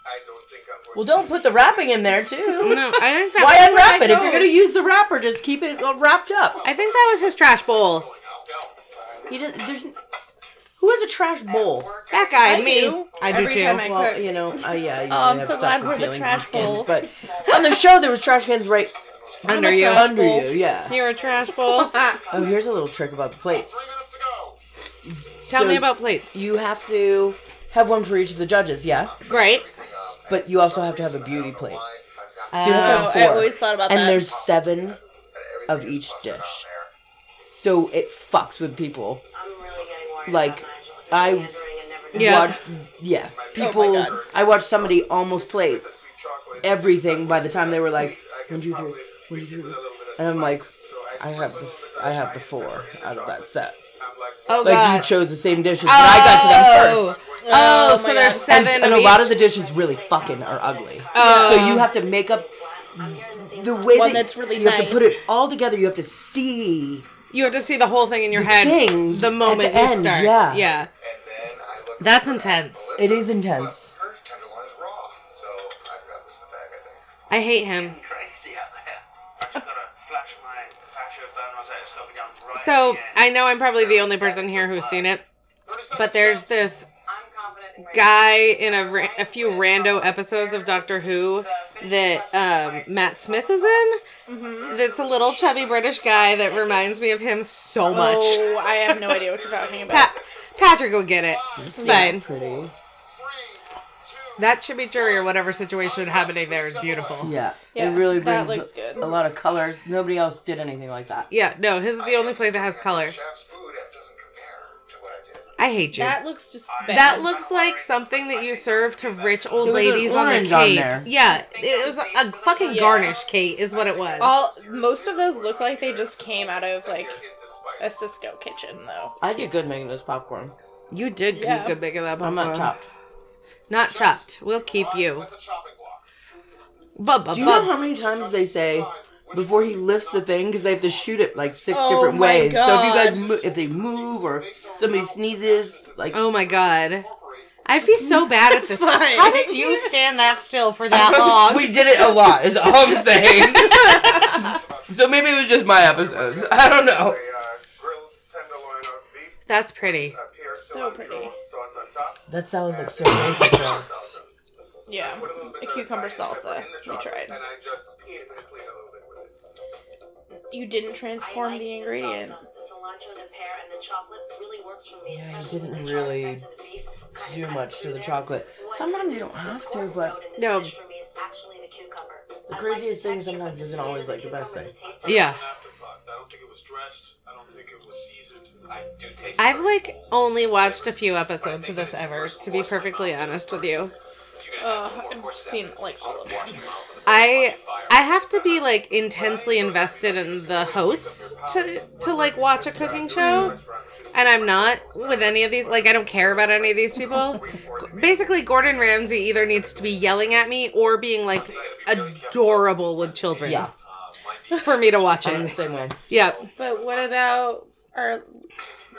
Speaker 4: I don't think I'm going
Speaker 2: Well, don't put the wrapping in there too.
Speaker 1: No, I think that
Speaker 2: Why
Speaker 1: was
Speaker 2: unwrap it? If
Speaker 1: goes.
Speaker 2: you're gonna use the wrapper, just keep it uh, wrapped up.
Speaker 1: I think that was his trash bowl.
Speaker 2: You didn't. There's. Who has a trash bowl?
Speaker 1: That guy,
Speaker 3: I
Speaker 1: me.
Speaker 3: do.
Speaker 1: I do
Speaker 3: Every
Speaker 1: too.
Speaker 3: time I
Speaker 2: Well,
Speaker 3: cook.
Speaker 2: you know, uh, yeah. I usually
Speaker 3: I'm
Speaker 2: have
Speaker 3: so
Speaker 2: softer
Speaker 3: glad we're the
Speaker 2: feelings and
Speaker 3: trash
Speaker 2: skins,
Speaker 3: bowls.
Speaker 2: But on the show, there was trash cans right
Speaker 1: Under you.
Speaker 2: under you. Yeah.
Speaker 1: You're a trash bowl.
Speaker 2: Oh, here's a little trick about the plates.
Speaker 4: minutes to go.
Speaker 1: Tell
Speaker 2: So
Speaker 1: me about plates.
Speaker 2: You have to have one for each of the judges. Yeah.
Speaker 1: Great.
Speaker 2: But you also have to have a beauty plate.
Speaker 4: I've got
Speaker 2: So you have to
Speaker 3: Oh, I
Speaker 2: have four.
Speaker 3: always thought about
Speaker 2: And
Speaker 3: that.
Speaker 2: there's seven
Speaker 4: everything
Speaker 2: of each dish. So it fucks with people. Like I
Speaker 1: Yeah.
Speaker 2: watch yeah, people
Speaker 3: God.
Speaker 2: I watched somebody almost plate
Speaker 4: sweet chocolate.
Speaker 2: everything by the time they were like one, two, three, one, two, three. And I'm like I have the I have the four out of that set.
Speaker 1: Oh
Speaker 2: Like you
Speaker 1: god.
Speaker 2: chose the same dishes, but I got to them
Speaker 1: Oh.
Speaker 2: first.
Speaker 1: Oh, so there's
Speaker 2: And,
Speaker 1: seven
Speaker 2: and
Speaker 1: of
Speaker 2: a lot of
Speaker 1: each.
Speaker 2: the dishes really fucking are ugly.
Speaker 1: Oh.
Speaker 2: So you have to make up the way
Speaker 3: One
Speaker 2: that
Speaker 3: that's really
Speaker 2: you have to put
Speaker 3: nice.
Speaker 2: it all together. You have to see
Speaker 1: You have to see the whole thing in your head
Speaker 2: thing
Speaker 1: the
Speaker 2: at
Speaker 1: moment
Speaker 2: the
Speaker 1: you
Speaker 2: end,
Speaker 1: start.
Speaker 2: yeah.
Speaker 1: Yeah.
Speaker 4: And then I look
Speaker 1: That's intense.
Speaker 2: it is intense.
Speaker 4: her tenderloin's raw. So I've got this
Speaker 1: I hate him.
Speaker 6: Crazy out there. I just gotta flash my patch of burn rosette stuff down right
Speaker 1: So
Speaker 6: at the
Speaker 1: I
Speaker 6: end.
Speaker 1: know I'm probably the only person here who's seen it, but there's this
Speaker 5: I'm confident in
Speaker 1: guy in a, ra- a few rando episodes of Doctor Who that um, Matt Smith is in.
Speaker 2: Mm-hmm.
Speaker 1: That's a little chubby British guy that reminds me of him so much.
Speaker 3: Oh, I have no idea what you're talking about.
Speaker 1: Pa- Patrick will get it. It's fine.
Speaker 2: Pretty.
Speaker 1: That should be jury or whatever situation happening there is beautiful.
Speaker 2: Yeah.
Speaker 3: Yeah,
Speaker 2: It really
Speaker 3: that
Speaker 2: brings
Speaker 3: looks good.
Speaker 2: a lot of color. Nobody else did anything like that.
Speaker 1: Yeah, no, his is the only play that has color.
Speaker 4: Chef's food that doesn't compare to what I did.
Speaker 1: I hate you.
Speaker 3: That looks just bad.
Speaker 1: That looks like something that you serve to rich old
Speaker 2: There was an
Speaker 1: ladies on the
Speaker 2: orange on
Speaker 1: cake.
Speaker 2: there.
Speaker 1: yeah, it was a fucking
Speaker 3: Yeah.
Speaker 1: garnish, Kate, is what it was.
Speaker 3: all most of those look like they just came out of like a Cisco kitchen though.
Speaker 2: I did good making this popcorn.
Speaker 1: you did
Speaker 3: Yeah.
Speaker 1: good bigger that
Speaker 2: I'm not chopped.
Speaker 1: Not chopped. We'll keep you.
Speaker 4: At the chopping block.
Speaker 1: Bubba,
Speaker 2: Do you know
Speaker 1: bub.
Speaker 2: how many times they say before he lifts the thing because they have to shoot it like six
Speaker 3: Oh
Speaker 2: different
Speaker 3: my
Speaker 2: ways. So if you guys
Speaker 3: God.
Speaker 2: mo- if they move or somebody sneezes, like
Speaker 1: Oh my god. I'd be so bad at this. How did you stand that still for that long?
Speaker 2: we did it a lot. Is all I'm saying. so maybe it was just my episodes. I don't know.
Speaker 6: A, uh, grilled tenderloin of beef,
Speaker 1: That's pretty.
Speaker 6: a pear
Speaker 3: So
Speaker 6: cilantro
Speaker 3: pretty.
Speaker 6: sauce on top.
Speaker 2: That salad looks so basic though.
Speaker 3: Yeah,
Speaker 6: Put a little bit
Speaker 3: a
Speaker 6: of
Speaker 3: cucumber
Speaker 6: Italian pepper
Speaker 3: salsa.
Speaker 6: in the
Speaker 3: We
Speaker 6: chocolate,
Speaker 3: tried.
Speaker 6: And I just heated and cleaned a little bit with it.
Speaker 3: You didn't transform the ingredient.
Speaker 8: The cilantro, the pear, and the chocolate really works for me.
Speaker 2: Yeah, I
Speaker 8: especially
Speaker 2: didn't
Speaker 8: with the chocolate
Speaker 2: really
Speaker 8: back to the beef. Cut-
Speaker 2: do
Speaker 8: cut
Speaker 2: much to
Speaker 8: through
Speaker 2: the
Speaker 8: there.
Speaker 2: chocolate.
Speaker 8: What
Speaker 2: Sometimes you don't
Speaker 8: is
Speaker 2: have to,
Speaker 8: important
Speaker 2: but-
Speaker 8: note in this
Speaker 1: No.
Speaker 8: dish for me is actually the cucumber. I like
Speaker 2: craziest thing
Speaker 8: texture
Speaker 2: sometimes
Speaker 8: of the
Speaker 2: isn't
Speaker 8: skin of
Speaker 2: always,
Speaker 8: the
Speaker 2: like, the best
Speaker 8: cucumber,
Speaker 2: thing.
Speaker 8: the taste of
Speaker 1: Yeah.
Speaker 7: Afterthought. I don't think it was dressed. I don't think it was seasoned. I do taste.
Speaker 1: I've
Speaker 7: very
Speaker 1: like
Speaker 7: bold.
Speaker 1: only watched a few episodes of this ever, to be perfectly honest with you.
Speaker 7: You're gonna have
Speaker 3: Uh,
Speaker 7: more
Speaker 3: I've
Speaker 7: course
Speaker 3: seen
Speaker 7: steps.
Speaker 3: like all of them.
Speaker 1: I I have to be like intensely invested in the hosts to to like watch a cooking show, and I'm not with any of these. Like I don't care about any of these people. Basically, Gordon Ramsay either needs to be yelling at me or being like adorable with children
Speaker 7: Uh,
Speaker 2: Yeah,
Speaker 1: for me to watch
Speaker 2: I'm the
Speaker 1: it.
Speaker 2: same way.
Speaker 1: Yep.
Speaker 3: But what about our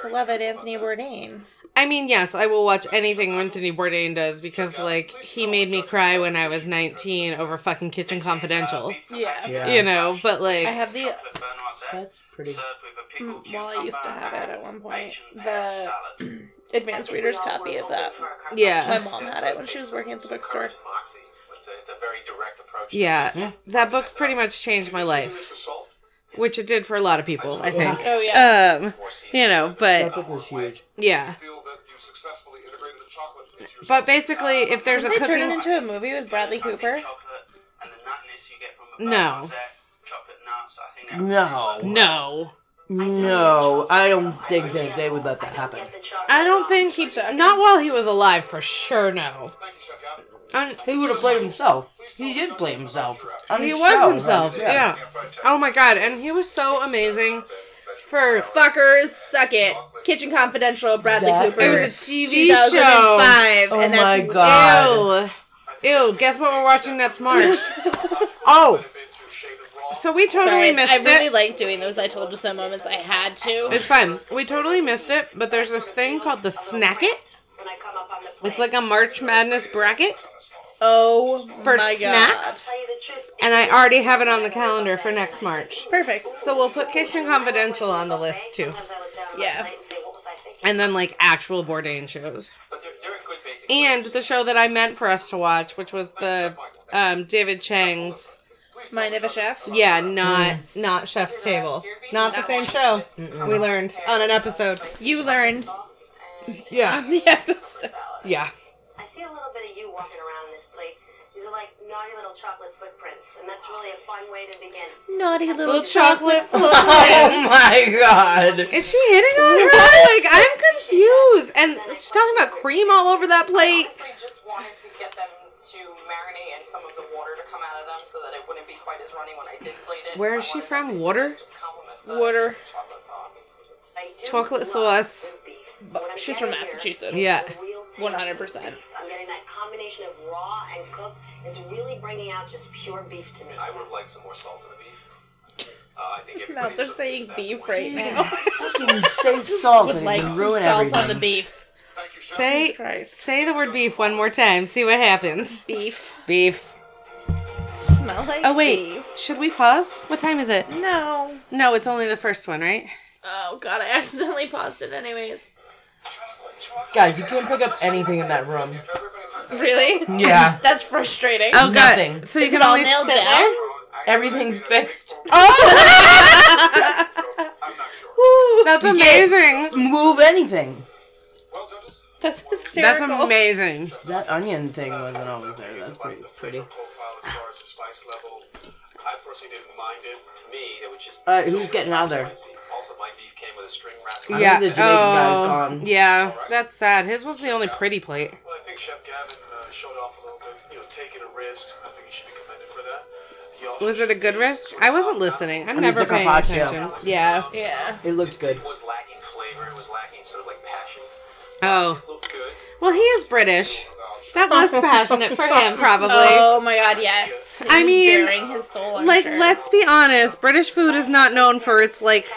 Speaker 3: beloved Anthony Bourdain?
Speaker 1: I mean, yes, I will watch anything Anthony Bourdain does because like he made me cry when I was 19 over fucking Kitchen Confidential.
Speaker 3: Yeah.
Speaker 2: Yeah,
Speaker 1: You know, but like
Speaker 3: I have the
Speaker 6: The burn rosette,
Speaker 2: that's pretty.
Speaker 6: served with a pickled
Speaker 3: Mm, well, I used to
Speaker 6: cucumber
Speaker 3: have it
Speaker 6: and
Speaker 3: at one point.
Speaker 6: Asian pear
Speaker 3: The
Speaker 6: salad.
Speaker 3: advanced reader's copy of that.
Speaker 1: yeah.
Speaker 3: My mom had it when she was working at the bookstore.
Speaker 7: Moxie. It's a, it's a very direct approach.
Speaker 1: Yeah. That book pretty much changed my life,
Speaker 7: For salt,
Speaker 1: which it did for a lot of people, I think.
Speaker 3: Oh yeah.
Speaker 1: Um, you know,
Speaker 2: That
Speaker 1: but
Speaker 2: book was huge.
Speaker 1: yeah.
Speaker 4: Feel that you successfully integrated the chocolate into your
Speaker 1: But basically, if there's a
Speaker 3: Didn't they turn it
Speaker 1: cooking
Speaker 3: into a movie with Bradley Cooper?
Speaker 6: chocolate and the nutness you get from a
Speaker 1: No.
Speaker 6: burn rosette, chocolate nuts. I think
Speaker 2: No,
Speaker 6: that
Speaker 1: No.
Speaker 2: no, I don't think that they would let that happen.
Speaker 8: the chocolate.
Speaker 1: I don't think he not while he was alive for sure, no.
Speaker 4: Thank you, Chef Gavin.
Speaker 1: I'm-
Speaker 2: He would have played himself. He did play himself. On
Speaker 1: He
Speaker 2: his
Speaker 1: was
Speaker 2: show.
Speaker 1: himself. Yeah. Oh my god, and he was so amazing for
Speaker 3: Fuckers, suck it. Kitchen Confidential, Bradley
Speaker 2: That
Speaker 3: Cooper.
Speaker 2: It was a
Speaker 1: TV show.
Speaker 2: Oh
Speaker 3: and
Speaker 2: my
Speaker 3: that's
Speaker 2: god.
Speaker 1: Ew. Ew, guess what we're watching next March?
Speaker 2: Oh,
Speaker 1: So we totally
Speaker 3: Sorry,
Speaker 1: missed
Speaker 3: I really
Speaker 1: it.
Speaker 3: like doing those. I told you so moments. I had to.
Speaker 1: it's fine. We totally missed it, but there's this thing called the snack it.
Speaker 8: When I come up on the plate,
Speaker 1: It's like a March Madness bracket
Speaker 3: Oh
Speaker 1: for
Speaker 3: my
Speaker 1: snacks.
Speaker 8: tell you the truth,
Speaker 1: And I already have it on the calendar for next March.
Speaker 3: God. Perfect.
Speaker 1: So we'll put Kitchen Confidential on the list too.
Speaker 8: sometimes I would down on
Speaker 3: Yeah.
Speaker 8: the plate and say, what was I thinking?
Speaker 1: And then like actual Bourdain shows.
Speaker 7: but they're, they're a good basic.
Speaker 1: And the show that I meant for us to watch, which was the um, David Chang's
Speaker 3: Mind of a chef.
Speaker 1: Yeah, not not Chef's Table. Not the same show. We learned on an episode.
Speaker 3: You learned
Speaker 1: Yeah.
Speaker 3: the episode.
Speaker 1: Yeah.
Speaker 8: I see a little bit of you walking around this plate. These are like naughty little chocolate footprints, and that's really a fun way to begin.
Speaker 3: Naughty
Speaker 1: Little chocolate
Speaker 2: oh
Speaker 1: footprints.
Speaker 2: my god.
Speaker 1: Is she hitting on her? Like I'm confused. And she's talking about cream all over that plate.
Speaker 5: honestly just wanted to get them to marinate and some of the water to come out of them so that it wouldn't be quite as runny when I did plate it.
Speaker 1: Where is
Speaker 5: I
Speaker 1: she
Speaker 5: wanted
Speaker 1: from?
Speaker 5: them to
Speaker 1: Water?
Speaker 5: just complement the
Speaker 3: Water.
Speaker 5: Chocolate sauce.
Speaker 8: I do
Speaker 1: Chocolate
Speaker 8: love
Speaker 1: sauce.
Speaker 8: good beef. What I'm
Speaker 3: She's from
Speaker 8: getting here
Speaker 3: Massachusetts.
Speaker 1: Yeah.
Speaker 8: is the real taste of
Speaker 3: 100%.
Speaker 8: beef. I'm getting that combination of raw and cooked. It's really bringing out just pure beef to me.
Speaker 7: I would have liked some more salt in the beef. Uh, I think
Speaker 3: No,
Speaker 7: everybody
Speaker 3: they're
Speaker 7: deserves
Speaker 3: saying
Speaker 7: that.
Speaker 3: beef right now.
Speaker 2: Fucking say salt
Speaker 3: Would
Speaker 2: and
Speaker 3: like
Speaker 2: like,
Speaker 3: some
Speaker 2: ruin
Speaker 3: salt on
Speaker 2: everything.
Speaker 3: the beef.
Speaker 1: Say
Speaker 3: Christ.
Speaker 1: say the word beef one more time. See what happens.
Speaker 3: Beef.
Speaker 2: beef.
Speaker 3: smell like
Speaker 1: Oh wait,
Speaker 3: beef.
Speaker 1: should we pause? What time is it?
Speaker 3: No.
Speaker 1: No, it's only the first one, right?
Speaker 3: Oh god, I accidentally paused it anyways.
Speaker 4: Chocolate, chocolate.
Speaker 2: Guys, you can't pick up anything in that room.
Speaker 4: Everybody put that
Speaker 3: Really?
Speaker 2: Yeah.
Speaker 3: That's frustrating.
Speaker 1: Oh god.
Speaker 2: Nothing.
Speaker 1: So you
Speaker 3: Is
Speaker 1: can
Speaker 3: it all
Speaker 1: only
Speaker 3: nailed
Speaker 1: sit
Speaker 3: down?
Speaker 1: there.
Speaker 4: phone. I-
Speaker 2: Everything's fixed.
Speaker 7: I'm not sure.
Speaker 1: Oh! That's amazing.
Speaker 2: Move anything.
Speaker 4: Well, judges,
Speaker 3: That's hysterical.
Speaker 1: That's amazing.
Speaker 2: That onion thing wasn't always there. That's pretty pretty.
Speaker 7: Profile as far as the spice level. I personally didn't mind it. To me, that was just.
Speaker 2: All right, who's getting out of there?
Speaker 7: Also, my beef came with a string wrap.
Speaker 2: I think the Jamaican guy's gone.
Speaker 1: oh, yeah. That's sad. His was the only pretty plate.
Speaker 7: Well, I think Chef Gavin uh, showed off a little bit, you know, taking a risk. I think he should be commended for that. He also
Speaker 1: Was it a good risk? I wasn't listening. I'm
Speaker 2: It was
Speaker 1: never
Speaker 2: the
Speaker 1: paying
Speaker 2: carpaccio.
Speaker 1: attention. Yeah.
Speaker 3: Yeah.
Speaker 2: It looked good.
Speaker 7: It was lacking flavor. It was lacking sort of like passion.
Speaker 1: Oh.
Speaker 7: It looked good.
Speaker 1: Well, he is British. That was passionate for him, probably.
Speaker 3: Oh my god, yes. He
Speaker 1: I
Speaker 3: was
Speaker 1: mean,
Speaker 3: bearing his soul, I'm
Speaker 1: like,
Speaker 3: sure.
Speaker 1: let's be honest. British food is not known for its like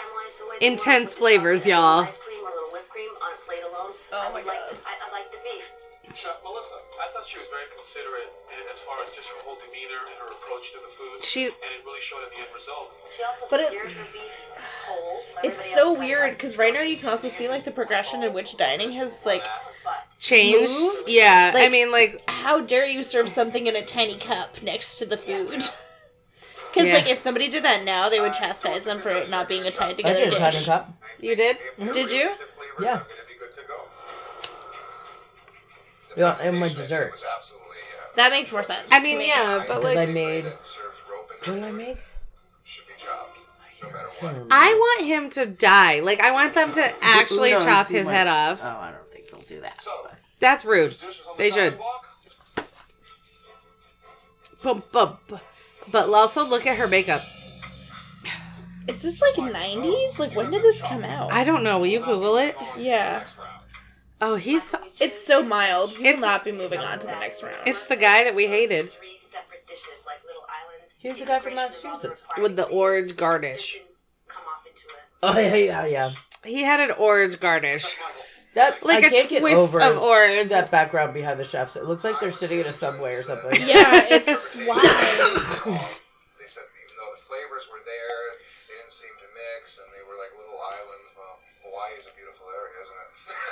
Speaker 1: intense flavors, y'all.
Speaker 8: Ice cream or a little whipped cream on a plate alone.
Speaker 3: Oh
Speaker 8: I would
Speaker 3: my
Speaker 8: like
Speaker 3: God.
Speaker 8: the- I, I like the beef.
Speaker 4: Chef Melissa.
Speaker 7: I thought she was very considerate in- as far as just her whole demeanor and her approach to the food.
Speaker 1: She's-
Speaker 7: and it really showed in the end result.
Speaker 8: She also
Speaker 3: But it-
Speaker 8: seared her beef whole.
Speaker 3: It's
Speaker 8: Everybody
Speaker 3: so
Speaker 8: else had
Speaker 3: weird
Speaker 8: one.
Speaker 3: because right now you can also see like the progression in which dining has like
Speaker 1: Changed.
Speaker 3: Moved?
Speaker 1: Yeah. I
Speaker 3: Like-
Speaker 1: mean, like,
Speaker 3: how dare you serve something in a tiny cup next to the food? Because
Speaker 1: Yeah.
Speaker 3: like if somebody did that now, they would chastise them for it not being a tied
Speaker 2: I
Speaker 3: together
Speaker 2: did a tiger
Speaker 3: dish.
Speaker 2: cup.
Speaker 1: you did.
Speaker 3: Did you?
Speaker 4: The flavors
Speaker 2: Yeah.
Speaker 4: are going to be good to go. The
Speaker 2: Yeah, and my
Speaker 4: presentation
Speaker 2: dessert.
Speaker 4: was absolutely, uh,
Speaker 3: That makes more sense.
Speaker 1: I
Speaker 3: to
Speaker 1: mean,
Speaker 3: me.
Speaker 1: yeah, but
Speaker 2: Because I
Speaker 1: like,
Speaker 2: made.
Speaker 4: that serves rope and
Speaker 2: What did I make?
Speaker 4: should be chopped, no matter what.
Speaker 1: I want him to die. Like, I want them to actually
Speaker 2: Udon
Speaker 1: chop
Speaker 2: seemed
Speaker 1: his
Speaker 2: like-
Speaker 1: head off.
Speaker 2: Oh, I don't think they'll do that.
Speaker 4: So,
Speaker 1: That's rude.
Speaker 4: there's dishes on the
Speaker 1: They should.
Speaker 4: sidewalk.
Speaker 1: But, but, but also look at her makeup.
Speaker 3: Is this like '90s? Like when did this come out?
Speaker 1: I don't know. Will you Google it?
Speaker 3: yeah,
Speaker 1: Oh, he's
Speaker 3: it's so mild. You
Speaker 1: It's-
Speaker 3: will not be moving on to the next round.
Speaker 1: it's the guy that we hated
Speaker 8: Three separate dishes, like little islands.
Speaker 2: Here's the guy from
Speaker 8: Decorations all the
Speaker 2: Massachusetts.
Speaker 8: required
Speaker 1: with the orange garnish.
Speaker 8: ingredients Come off into a
Speaker 2: Oh yeah, yeah, yeah.
Speaker 1: He had an orange garnish,
Speaker 2: That I
Speaker 1: like
Speaker 2: can't
Speaker 1: a
Speaker 2: get
Speaker 1: twist
Speaker 2: over
Speaker 1: of orange.
Speaker 2: that background behind the chefs. It looks like they're sitting in a subway or something.
Speaker 3: yeah, it's why.
Speaker 4: um, They said even though the flavors were there, they didn't seem to mix, and they were like little islands. Well, Hawaii is a beautiful area, isn't it?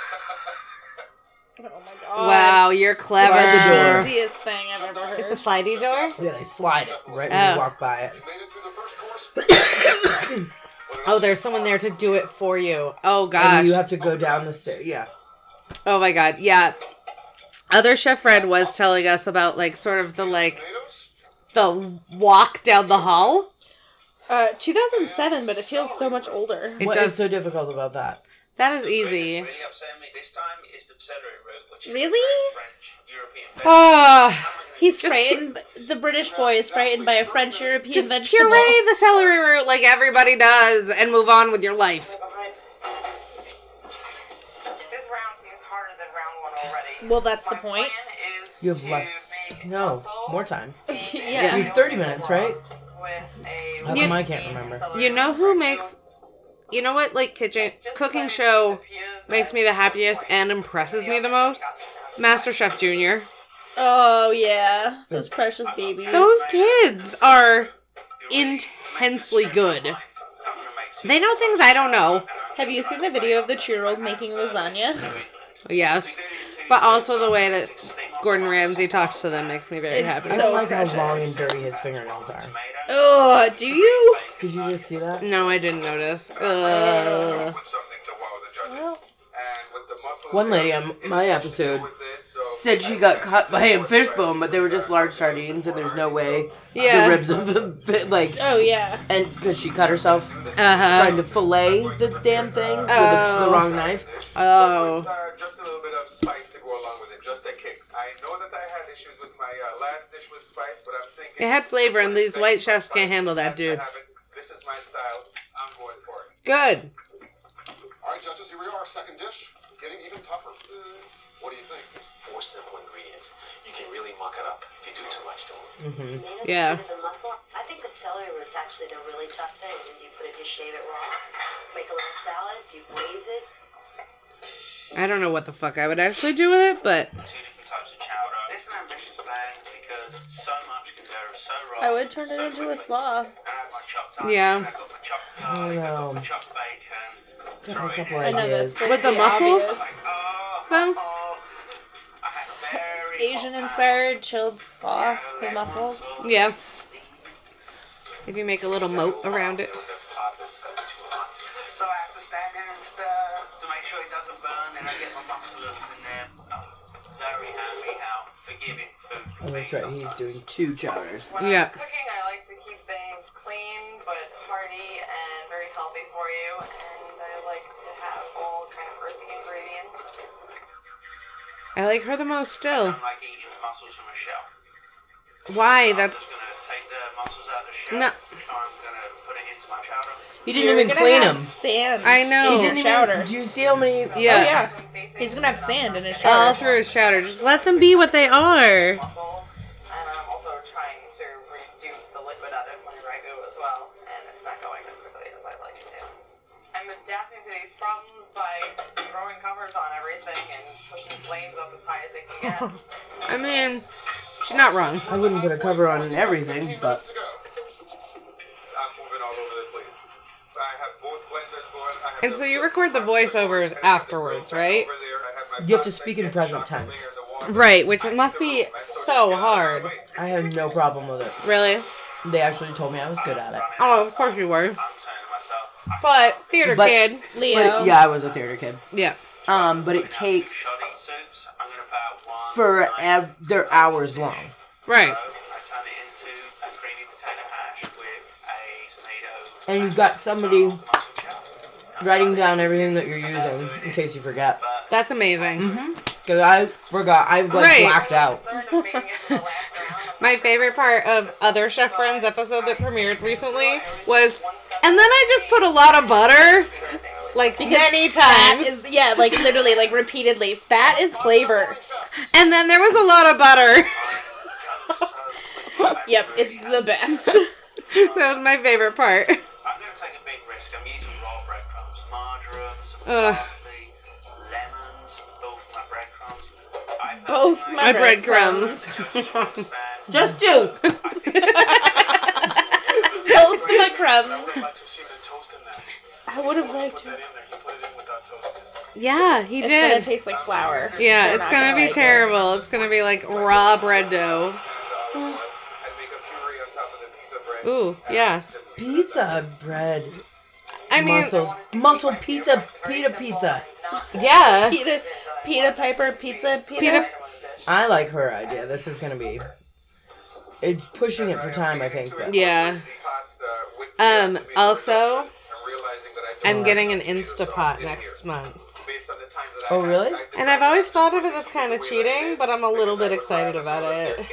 Speaker 3: Oh my god!
Speaker 1: Wow, you're
Speaker 2: Slide
Speaker 1: clever.
Speaker 2: the
Speaker 3: Easiest thing I've ever heard.
Speaker 1: It's a slidey door.
Speaker 2: Yeah, they slide it right when
Speaker 1: Oh.
Speaker 2: you walk by it.
Speaker 4: you made it through the first course.
Speaker 1: Oh, there's someone there to do it for you. Oh
Speaker 2: And
Speaker 1: gosh.
Speaker 2: you have to go down the stairs. Yeah.
Speaker 1: oh my god. Yeah. Other chef Fred was telling us about like sort of the like
Speaker 4: Tomatoes?
Speaker 1: the walk down the hall.
Speaker 3: Uh, 2007, but it feels so much older.
Speaker 1: It
Speaker 2: What is
Speaker 1: does.
Speaker 2: so difficult about that?
Speaker 1: That is easy.
Speaker 6: Really upsetting me this time is the celery root, which is
Speaker 3: Really? Oh.
Speaker 6: a very French European. vegetable.
Speaker 1: Ah.
Speaker 3: He's
Speaker 1: Just
Speaker 3: frightened. the British boy is frightened by a French European
Speaker 1: just
Speaker 3: vegetable.
Speaker 1: puree the celery root like everybody does and move on with your life.
Speaker 5: Behind. This round seems harder than round one already.
Speaker 3: Well, that's the
Speaker 5: My
Speaker 3: point.
Speaker 5: plan is
Speaker 2: You have
Speaker 5: to
Speaker 2: less.
Speaker 5: make
Speaker 2: No,
Speaker 5: mussel
Speaker 2: more time.
Speaker 3: yeah.
Speaker 2: We have 30 minutes, right?
Speaker 5: with a
Speaker 2: How
Speaker 1: You-
Speaker 2: come I can't
Speaker 5: beef and
Speaker 2: remember?
Speaker 5: celery
Speaker 1: You know
Speaker 5: root
Speaker 1: who
Speaker 5: ragu.
Speaker 1: makes you know what like kitchen
Speaker 5: Just
Speaker 1: cooking
Speaker 5: decided to
Speaker 1: show
Speaker 5: use the peas
Speaker 1: makes
Speaker 5: as
Speaker 1: me the
Speaker 5: first
Speaker 1: happiest
Speaker 5: point.
Speaker 1: and impresses me the most? Master Chef Junior.
Speaker 3: Oh yeah, those precious babies.
Speaker 1: Those kids are intensely good.
Speaker 6: I'm gonna make two.
Speaker 1: They know things I don't know.
Speaker 3: Have you seen the video of the two-year-old making lasagna?
Speaker 1: Yes. But also the way that Gordon Ramsay talks to them makes me very
Speaker 3: It's
Speaker 1: happy.
Speaker 2: I
Speaker 3: So
Speaker 2: don't like
Speaker 3: precious.
Speaker 2: how long and dirty his fingernails are.
Speaker 3: oh, do you?
Speaker 2: Did you just see that?
Speaker 1: no, I didn't notice. Ugh.
Speaker 4: With something to wow the judges. and with the muscles
Speaker 2: One lady
Speaker 4: there,
Speaker 1: um,
Speaker 2: on
Speaker 4: it's
Speaker 2: my
Speaker 4: actually
Speaker 1: uh,
Speaker 2: episode
Speaker 4: with this, so
Speaker 2: Said she got caught by a fishbone, but they were just large sardines, and there's no way
Speaker 1: Yeah.
Speaker 2: the ribs of the fi- like,
Speaker 3: Oh yeah.
Speaker 2: and because she cut herself
Speaker 1: Uh-huh.
Speaker 2: trying to fillet the damn things with the,
Speaker 1: Oh.
Speaker 2: the wrong knife.
Speaker 1: Oh.
Speaker 4: Uh, just a little bit of spice to go along with it, just a kick. I know that I had issues with my uh, last dish with spice, but I'm thinking
Speaker 1: It had flavor, and these white chefs can't handle that, dude.
Speaker 4: I have it. This is my style. I'm going for it.
Speaker 1: Good.
Speaker 4: All right, judges, here we are. Second dish, getting even tougher. What do you think?
Speaker 7: Four simple ingredients. You can really muck it up if you do too much to it.
Speaker 8: tomato
Speaker 1: Mm-hmm. Yeah.
Speaker 8: with the muscle. I think the celery root's actually the really tough thing. Do you put it, do you shave it raw? Make a little salad? Do you braise it?
Speaker 1: I don't know what the fuck I would actually do with it, but
Speaker 6: Two different types of chowder. It's an ambitious plan because so much can go so wrong.
Speaker 3: I would turn it into a slaw.
Speaker 1: Yeah.
Speaker 6: I
Speaker 2: know. Got a couple
Speaker 3: I know
Speaker 2: ideas.
Speaker 3: that's like
Speaker 1: With the mussels?
Speaker 3: obvious
Speaker 6: oh,
Speaker 1: Well,
Speaker 3: Asian inspired chilled slaw with mussels.
Speaker 1: yeah. If you make a little moat around it.
Speaker 6: So I have to stand there and stir to make sure it doesn't burn, and I get my muscles in there. Oh, very happy how forgiving food
Speaker 2: Oh,
Speaker 6: can be.
Speaker 2: that's right. He's doing two chowders.
Speaker 5: When
Speaker 1: Yeah.
Speaker 5: I'm cooking, I like to keep things clean but hearty and very healthy for you, and I like to have all kind of earthy ingredients.
Speaker 1: I like her the most still.
Speaker 6: I'm like eating mussels from a shell.
Speaker 1: Why?
Speaker 6: I'm
Speaker 1: That's
Speaker 6: just gonna take the mussels out of the shell.
Speaker 1: No.
Speaker 6: I'm gonna put it into my chowder.
Speaker 2: He didn't even clean them.
Speaker 3: Sand.
Speaker 1: I know.
Speaker 2: He didn't even.
Speaker 3: Chowder.
Speaker 2: Do you see how many?
Speaker 1: yeah.
Speaker 3: Oh, yeah.
Speaker 5: Some basic
Speaker 3: He's gonna have sand in his
Speaker 1: All
Speaker 3: shirt.
Speaker 1: through his chowder. Just let them be what they are.
Speaker 5: mussels, and I'm also trying to reduce the liquid out of my ragu as well, and it's not going as quickly as I'd like it to. I'm adapting to these problems by throwing covers on everything and pushing flames up as high as they can get.
Speaker 1: I mean, she's not wrong.
Speaker 2: I wouldn't put a cover on and everything, but
Speaker 4: Let's go.
Speaker 7: I'm moving all over the place. I have both blenders going. I have
Speaker 1: And
Speaker 7: the-
Speaker 1: so you record the voiceovers afterwards, right?
Speaker 7: Over there, I have my
Speaker 2: You have to
Speaker 7: prospect
Speaker 2: speak in
Speaker 7: and
Speaker 2: present
Speaker 7: chocolate
Speaker 2: tense.
Speaker 7: layer in the water.
Speaker 1: Right, which it must be so hard.
Speaker 2: I have no problem with it.
Speaker 1: Really?
Speaker 2: They actually told me I was good at it.
Speaker 1: Oh, of course you were.
Speaker 6: I'm saying to myself, I
Speaker 1: But theater
Speaker 2: But-
Speaker 1: kid.
Speaker 3: Leo.
Speaker 2: yeah, I was a theater kid.
Speaker 1: Yeah.
Speaker 2: Um, but it takes
Speaker 6: don't eat soups. I'm gonna put out one.
Speaker 2: forever. They're hours long.
Speaker 1: Right.
Speaker 6: I turn it into a creamy potato hash with a tomato.
Speaker 2: And you've got somebody
Speaker 6: mussel shell.
Speaker 2: writing down everything that you're using in case you forget.
Speaker 1: That's amazing.
Speaker 2: Because I forgot. I like
Speaker 1: Right.
Speaker 2: blacked out.
Speaker 5: Concerned of making it to the last round.
Speaker 1: My favorite part of Other Chef Friends episode that premiered recently was, and then I just put a lot of butter, like many
Speaker 3: Fat
Speaker 1: times.
Speaker 3: is yeah, like literally, like repeatedly. Fat is flavor.
Speaker 1: and then there was a lot of butter.
Speaker 3: Yep, it's the best.
Speaker 1: that was my favorite part.
Speaker 6: I'm gonna take a big risk. I'm using raw breadcrumbs, margarine, some
Speaker 1: Ugh.
Speaker 6: parsley, lemons, both my breadcrumbs. I
Speaker 3: Both
Speaker 6: personally
Speaker 3: my
Speaker 1: My breadcrumbs.
Speaker 6: understand
Speaker 2: Just two.
Speaker 3: Both my crumbs.
Speaker 7: I'd like to see the toast in that.
Speaker 3: I would have liked to.
Speaker 7: Put that in there. You put it in without toast.
Speaker 1: yeah, he
Speaker 3: It's gonna
Speaker 1: did.
Speaker 3: taste like flour.
Speaker 1: yeah,
Speaker 3: They're
Speaker 1: it's
Speaker 3: not
Speaker 1: gonna be
Speaker 3: like it.
Speaker 1: terrible. It's gonna be like raw bread dough.
Speaker 7: I make a puree on top of the pizza bread.
Speaker 1: Ooh, yeah.
Speaker 2: Pizza bread.
Speaker 1: I mean,
Speaker 2: muscles. Muscle pizza. Pita pizza.
Speaker 1: yeah.
Speaker 3: Pita, pita Piper pizza. Pita.
Speaker 1: Pita-
Speaker 2: I like her idea. This is gonna be. It's pushing it for time, I think. But
Speaker 1: Yeah.
Speaker 4: Pasta with
Speaker 1: Um, also,
Speaker 4: I'm realizing that I don't
Speaker 1: I'm getting an Instapot next month.
Speaker 4: based on the time that
Speaker 2: oh, really?
Speaker 1: And I've always thought of it as kind of cheating, but I'm a little bit excited about it.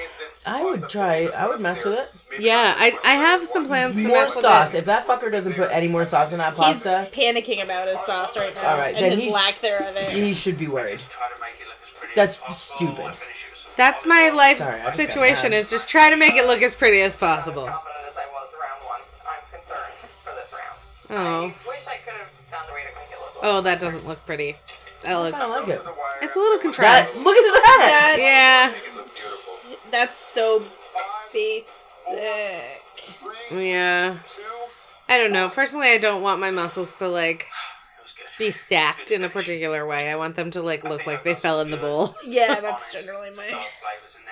Speaker 2: I would try. I would mess with it.
Speaker 1: Yeah, I, I have some plans to
Speaker 2: More
Speaker 1: mess with
Speaker 2: sauce.
Speaker 1: it.
Speaker 2: If that fucker doesn't put any more sauce in that
Speaker 3: He's
Speaker 2: pasta,
Speaker 3: panicking about his sauce right now
Speaker 2: All right, then
Speaker 3: and his
Speaker 2: he's-
Speaker 3: lack thereof.
Speaker 2: he should be worried.
Speaker 6: try to make it look as pretty
Speaker 2: That's
Speaker 6: as possible.
Speaker 2: stupid.
Speaker 6: I finish it with some
Speaker 1: That's my life
Speaker 2: Sorry, I just got
Speaker 1: situation
Speaker 2: mad.
Speaker 1: is just try to make it look as pretty as possible.
Speaker 5: confident as I was round one, I'm concerned for this round.
Speaker 1: Oh.
Speaker 5: Wish I could have found a way to make it look. a
Speaker 1: Oh, that doesn't look pretty. That
Speaker 2: I don't
Speaker 1: looks
Speaker 2: like it.
Speaker 1: it's a little
Speaker 2: That.
Speaker 1: contrived.
Speaker 2: Look at that.
Speaker 1: Yeah.
Speaker 3: That's so basic.
Speaker 1: Yeah. I don't know. Personally I don't want my muscles to like be stacked in a particular way. I want them to like look like they fell in the bowl.
Speaker 3: Yeah, that's generally my.
Speaker 6: dark flavors in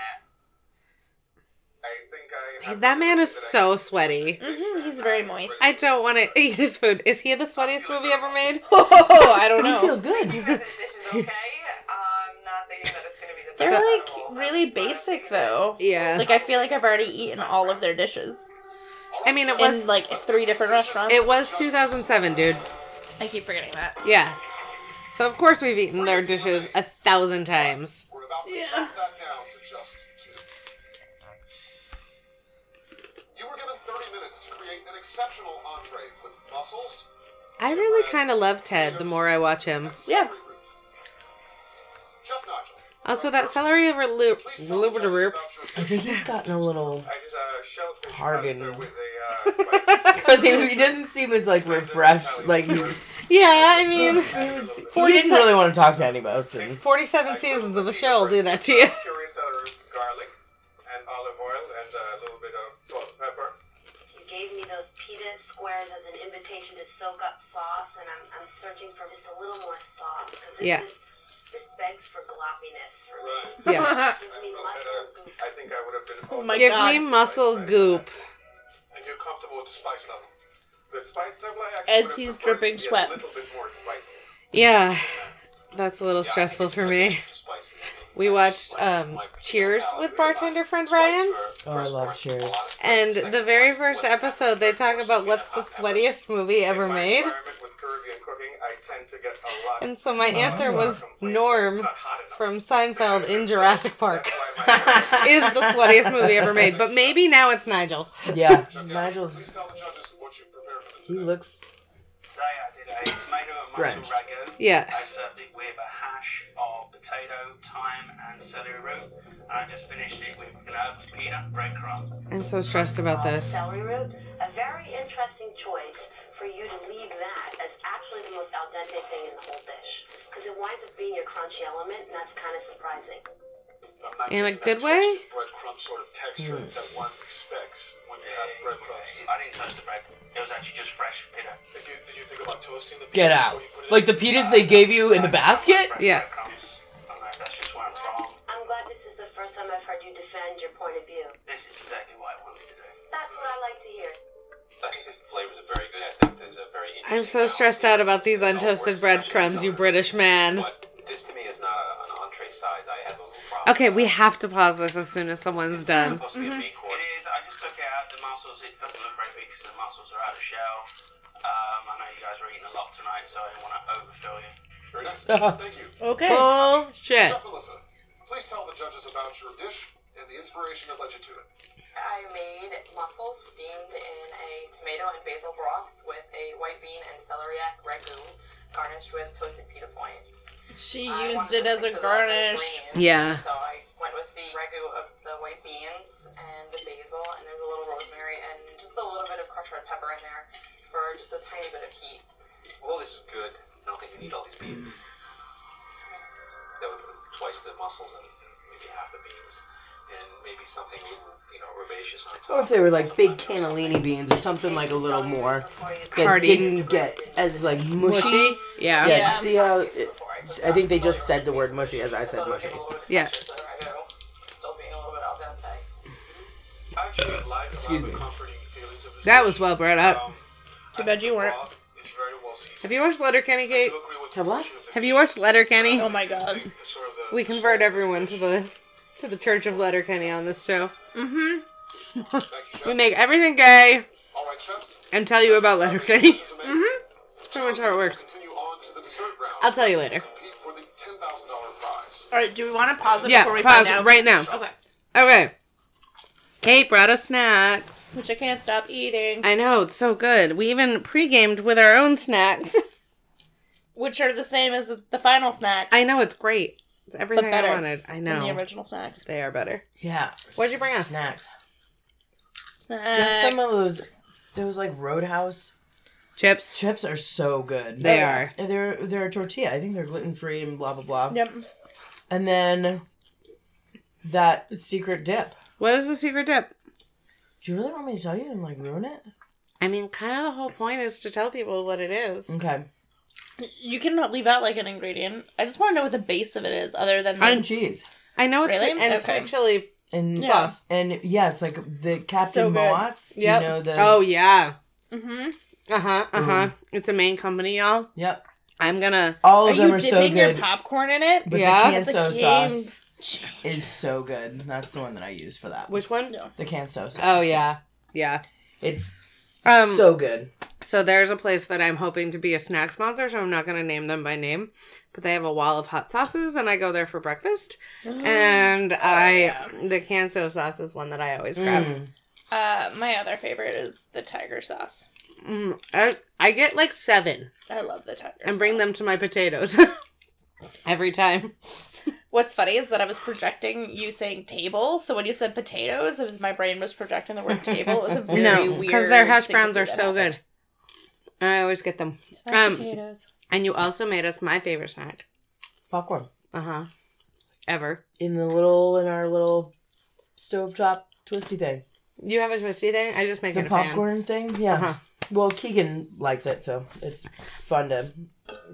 Speaker 6: there.
Speaker 1: That man is so sweaty.
Speaker 3: hmm he's very moist.
Speaker 1: I don't want to eat his food. Is he the sweatiest movie ever made?
Speaker 3: Oh, I don't
Speaker 2: He
Speaker 3: know.
Speaker 2: feels good.
Speaker 5: This dish is okay. I'm not thinking that it's going to be the best.
Speaker 3: They're
Speaker 5: out
Speaker 3: like
Speaker 5: of all of them,
Speaker 3: really
Speaker 5: but I'm
Speaker 3: basic
Speaker 5: thinking that
Speaker 3: though.
Speaker 1: Yeah.
Speaker 3: Like I feel like I've already eaten all of their dishes
Speaker 1: I mean,
Speaker 3: in
Speaker 1: it was
Speaker 3: like three different restaurants.
Speaker 1: it was 2007, dude.
Speaker 3: I keep forgetting that.
Speaker 1: Yeah. So of course we've eaten their dishes a thousand times.
Speaker 4: We're about to
Speaker 3: Yeah.
Speaker 4: chop that down to just two. You were given 30 minutes to create an exceptional entree with mussels.
Speaker 1: I really kind of love Ted the more I watch him.
Speaker 3: Yeah.
Speaker 4: celery root. Chef Nigel,
Speaker 1: Also, that celery over loop.
Speaker 4: please tell the judges
Speaker 1: Loop-a-de-roop.
Speaker 4: about your
Speaker 2: I think he's gotten a little
Speaker 7: I did a shellfish
Speaker 2: Hardened.
Speaker 7: pasta with a. Uh,
Speaker 2: because he, he doesn't seem as like refreshed. Like he,
Speaker 1: Yeah, I mean,
Speaker 2: he was. He didn't really want to talk to anybody else. And
Speaker 1: 47 seasons of a show will do that to you.
Speaker 7: curry, celery, garlic, and olive oil, and a little bit of salt.
Speaker 8: Ramirez as an invitation to soak up sauce, and I'm, I'm searching for just a little more sauce because this,
Speaker 1: Yeah.
Speaker 8: is this begs for gloppiness for me.
Speaker 4: Right.
Speaker 1: Yeah.
Speaker 8: Give
Speaker 4: I,
Speaker 8: me
Speaker 4: don't
Speaker 8: muscle
Speaker 4: know,
Speaker 8: goop.
Speaker 4: I think I would have been.
Speaker 3: Oh my
Speaker 1: Give
Speaker 3: god.
Speaker 1: me muscle goop.
Speaker 7: And you're comfortable with the spice level.
Speaker 4: The spice level I actually
Speaker 3: As
Speaker 4: would've
Speaker 3: he's
Speaker 4: preferred
Speaker 3: dripping
Speaker 4: to be
Speaker 3: sweat.
Speaker 4: A little bit more spicy.
Speaker 1: Yeah. That's a little stressful for me.
Speaker 7: Spicy.
Speaker 1: We watched um, Cheers with bartender friend Ryan.
Speaker 2: Oh, I love Cheers.
Speaker 1: And the very first episode, they talk about what's the sweatiest movie ever
Speaker 4: In my
Speaker 1: made.
Speaker 4: environment with Caribbean cooking, I tend to get a lot.
Speaker 1: And so my answer was Norm from Seinfeld in Jurassic Park. Is the sweatiest movie ever made, but maybe now it's Nigel.
Speaker 2: Yeah, Nigel's.
Speaker 7: Please tell the judges what you prepared for them.
Speaker 2: He looks.
Speaker 6: I did a tomato and mushroom
Speaker 2: Drenched.
Speaker 6: ragu.
Speaker 1: Yeah.
Speaker 6: I served it with a hash of potato, thyme, and celery root. And I just finished it with gloves, peanut, breadcrumb.
Speaker 1: I'm so stressed about this.
Speaker 8: Celery root, a very interesting choice for you to leave that as actually the most al dente thing in the whole dish because it winds up being your crunchy element, and that's kind of surprising.
Speaker 7: I'm not
Speaker 1: In a
Speaker 7: getting that
Speaker 1: good way?
Speaker 7: toasted Breadcrumb sort of texture
Speaker 2: Hmm.
Speaker 7: that one expects when you have breadcrumbs.
Speaker 6: I didn't touch the bread. It was actually just fresh pita.
Speaker 7: Did you, did you think about toasting the
Speaker 2: Get
Speaker 7: pita
Speaker 2: out.
Speaker 7: before you put it
Speaker 2: Like
Speaker 7: in?
Speaker 2: the pitas they gave you in the basket?
Speaker 6: Fresh
Speaker 1: Yeah.
Speaker 6: breadcrumbs. I don't know if that's just where I'm from.
Speaker 8: I'm glad this is the first time I've heard you defend your point of view.
Speaker 6: This is exactly what I wanted to do.
Speaker 8: That's what I like to hear.
Speaker 7: I think the flavors are very good. I think there's a very
Speaker 1: I'm so stressed out about these untoasted breadcrumbs, you British man.
Speaker 7: This to me is not an entree size. I have a little problem.
Speaker 1: Okay, Mm-hmm. we have to pause this as soon as someone's done.
Speaker 7: supposed to be a meat
Speaker 6: It is. I just took it out the mussels. It doesn't look very big because the mussels are out of shell. Um, I know you guys are eating a lot tonight, so I didn't want to overfill you.
Speaker 7: Very nice.
Speaker 2: uh-huh.
Speaker 7: Thank you.
Speaker 3: Okay.
Speaker 1: Bullshit.
Speaker 4: Chef Melissa, please tell the judges about your dish and the inspiration that led you to it.
Speaker 5: I made mussels steamed in a tomato and basil broth with a white bean and celeriac ragu, garnished with toasted pita points.
Speaker 3: She
Speaker 5: I
Speaker 3: used it
Speaker 5: wanted to
Speaker 3: as a
Speaker 5: stick to the level
Speaker 3: garnish.
Speaker 5: green,
Speaker 1: Yeah.
Speaker 5: So I went with the ragu of the white beans and the basil, and there's a little rosemary and just a little bit of crushed red pepper in there for just a tiny bit of heat.
Speaker 7: Well, this is good. I don't think you need all these
Speaker 1: Mm-hmm.
Speaker 7: beans. That would put twice the mussels and maybe half the beans, and maybe something you know herbaceous on top.
Speaker 2: Or if they were like big
Speaker 7: Sometimes
Speaker 2: cannellini beans or something like a little more that
Speaker 1: Hearty.
Speaker 2: didn't get as like mushy. Yeah,
Speaker 1: Yeah.
Speaker 2: see how? It, I think they just said the word mushy as I said mushy.
Speaker 1: Yeah.
Speaker 5: Still being a little bit al dente.
Speaker 7: I actually like
Speaker 2: Excuse
Speaker 7: a lot of
Speaker 2: me.
Speaker 7: the comforting feelings of this.
Speaker 1: That was well brought up.
Speaker 7: Um,
Speaker 3: Too bad you weren't.
Speaker 7: It's very well seasoned.
Speaker 1: Have you watched Letterkenny, Kate?
Speaker 7: I agree with
Speaker 2: Have what?
Speaker 7: portion of the-
Speaker 1: Have you watched Letterkenny?
Speaker 3: Oh my god.
Speaker 7: the sort of the-
Speaker 1: We convert everyone to the to the Church of Letterkenny on this show.
Speaker 4: Thank you,
Speaker 1: We
Speaker 4: Chef.
Speaker 1: make everything gay
Speaker 4: All right, chefs.
Speaker 1: and tell you about Letterkenny.
Speaker 4: Mm-hmm.
Speaker 1: Pretty much how it works.
Speaker 4: Continue on to the dessert round.
Speaker 1: I'll tell you later.
Speaker 4: Compete for the $10,000 prize.
Speaker 3: All right. Do we want to pause it
Speaker 1: Yeah,
Speaker 3: before we
Speaker 1: pause
Speaker 3: find out?
Speaker 1: right now.
Speaker 3: Okay.
Speaker 1: Okay. Kate brought us snacks.
Speaker 3: Which I can't stop eating.
Speaker 1: I know, it's so good. We even pre-gamed with our own snacks.
Speaker 3: Which are the same as the final snacks.
Speaker 1: I know, it's great. It's everything I
Speaker 3: better
Speaker 1: wanted. I
Speaker 3: than
Speaker 1: know.
Speaker 3: the original snacks.
Speaker 1: They are better.
Speaker 2: Yeah.
Speaker 1: What'd you bring us?
Speaker 2: Snacks.
Speaker 3: Snacks.
Speaker 2: Just some of those. Those like Roadhouse
Speaker 1: Chips.
Speaker 2: chips are so good.
Speaker 1: They are.
Speaker 2: And They're they're a tortilla. I think they're gluten free and blah blah blah.
Speaker 3: Yep.
Speaker 2: And then that secret dip.
Speaker 1: What is the secret dip?
Speaker 2: Do you really want me to tell you and like ruin it?
Speaker 1: I mean, kind of the whole point is to tell people what it is.
Speaker 2: Okay.
Speaker 3: You cannot leave out like an ingredient. I just want to know what the base of it is, other than
Speaker 2: And
Speaker 3: the-
Speaker 2: cheese.
Speaker 1: I know it's
Speaker 3: Really?
Speaker 1: sweet- and
Speaker 3: Okay.
Speaker 1: sweet chili
Speaker 2: And
Speaker 3: Yeah.
Speaker 1: sauce.
Speaker 2: and yeah, it's like the
Speaker 3: So
Speaker 2: Captain
Speaker 3: good.
Speaker 2: Mott's. Do
Speaker 1: Yep.
Speaker 2: You know the
Speaker 1: oh yeah.
Speaker 3: Mhm.
Speaker 1: Uh huh. Uh huh. It's a main company, y'all.
Speaker 2: Yep.
Speaker 1: I'm gonna.
Speaker 2: All
Speaker 3: Are
Speaker 2: of them
Speaker 3: you
Speaker 2: are so
Speaker 3: dipping your
Speaker 2: good.
Speaker 3: popcorn in it?
Speaker 2: But
Speaker 1: Yeah.
Speaker 2: the
Speaker 3: It's a
Speaker 2: canso
Speaker 3: game
Speaker 2: sauce
Speaker 3: changer.
Speaker 2: is so good. That's the one that I use for that.
Speaker 1: Which one?
Speaker 2: the canso sauce.
Speaker 1: Oh yeah. Yeah.
Speaker 2: It's
Speaker 1: Um. So,
Speaker 2: so good.
Speaker 1: there's a place that I'm hoping to be a snack sponsor, so I'm not gonna name them by name, but they have a wall of hot sauces, and I go there for breakfast. and I, the canso sauce is one that I always grab.
Speaker 2: Mm.
Speaker 3: Uh, my other favorite is the tiger sauce.
Speaker 1: Mm. I, I get like seven
Speaker 3: I love the tiger.
Speaker 1: and bring
Speaker 3: sauce.
Speaker 1: them to my potatoes every time.
Speaker 3: What's funny is that I was projecting you saying table, so when you said potatoes, it was my brain was projecting the word table. It was a very
Speaker 1: no,
Speaker 3: weird.
Speaker 1: because their hash
Speaker 3: syncopy
Speaker 1: browns are
Speaker 3: that
Speaker 1: so
Speaker 3: happened.
Speaker 1: good. And I always get them.
Speaker 3: It's fine,
Speaker 1: Um,
Speaker 3: potatoes.
Speaker 1: And you also made us my favorite snack.
Speaker 2: Popcorn
Speaker 1: Uh huh. Ever.
Speaker 2: in the little in our little stovetop twisty thing.
Speaker 1: You have a twisty thing? I just make
Speaker 2: The
Speaker 1: it a
Speaker 2: popcorn thing. Yeah.
Speaker 1: Fan. Uh-huh.
Speaker 2: Well, Keegan likes it, so it's fun to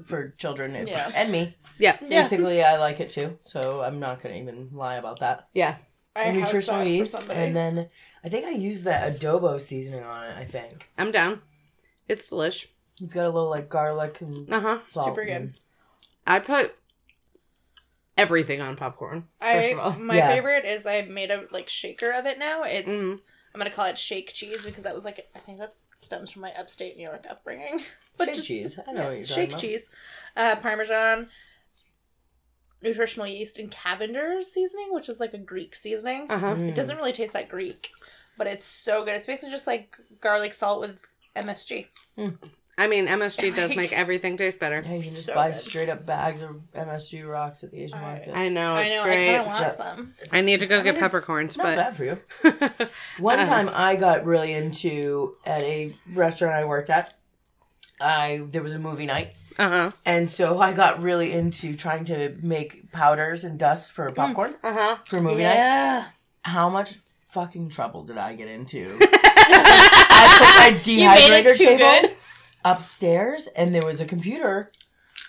Speaker 2: for children and,
Speaker 3: Yeah.
Speaker 2: and me.
Speaker 1: Yeah.
Speaker 2: Basically, I like it too, so I'm not gonna even lie about that.
Speaker 1: Yeah.
Speaker 3: I have
Speaker 2: Nutritional
Speaker 3: that for
Speaker 2: yeast,
Speaker 3: somebody.
Speaker 2: and then I think I used that adobo seasoning on it. I think
Speaker 1: I'm down. It's delish.
Speaker 2: it's got a little like garlic and
Speaker 1: Uh huh.
Speaker 2: salt.
Speaker 3: Super good.
Speaker 2: and-
Speaker 1: I put everything on popcorn. First of
Speaker 3: I
Speaker 1: all.
Speaker 3: my
Speaker 2: Yeah.
Speaker 3: favorite is I made a like shaker of it now. It's
Speaker 1: Mhm.
Speaker 3: I'm gonna call it shake cheese because that was like I think that stems from my upstate New York upbringing. But
Speaker 2: Shake
Speaker 3: just-
Speaker 2: cheese. I know
Speaker 3: yeah,
Speaker 2: what you're
Speaker 3: shake
Speaker 2: talking
Speaker 3: cheese, uh, Parmesan, nutritional yeast, and Cavender's seasoning, which is like a Greek seasoning.
Speaker 1: Uh huh.
Speaker 3: It doesn't really taste that Greek, but it's so good. It's basically just like garlic salt with MSG.
Speaker 1: I mean, MSG does make everything taste better.
Speaker 2: Yeah, you can just
Speaker 3: So
Speaker 2: buy
Speaker 3: good.
Speaker 2: straight up bags of MSG rocks at the Asian
Speaker 3: I-
Speaker 2: market.
Speaker 1: I know.
Speaker 3: I
Speaker 1: It's
Speaker 3: know. I
Speaker 1: Oh, Great.
Speaker 3: kind of want
Speaker 2: That-
Speaker 3: some.
Speaker 1: I need to go
Speaker 2: I
Speaker 1: get
Speaker 2: mean, it's
Speaker 1: peppercorns,
Speaker 2: Not
Speaker 1: but
Speaker 2: bad for you. One
Speaker 3: Uh-huh.
Speaker 2: time I got really into at a restaurant I worked at. I there was a movie night,
Speaker 1: uh
Speaker 3: Uh-huh.
Speaker 1: huh.
Speaker 2: and so I got really into trying to make powders and dust for popcorn
Speaker 1: Uh huh.
Speaker 2: for movie night.
Speaker 3: Hmm. Uh-huh. Yeah.
Speaker 2: How much fucking trouble did I get into? I put my
Speaker 3: made it
Speaker 2: dehydrator
Speaker 3: too
Speaker 2: table
Speaker 3: good?
Speaker 2: upstairs, and there was a computer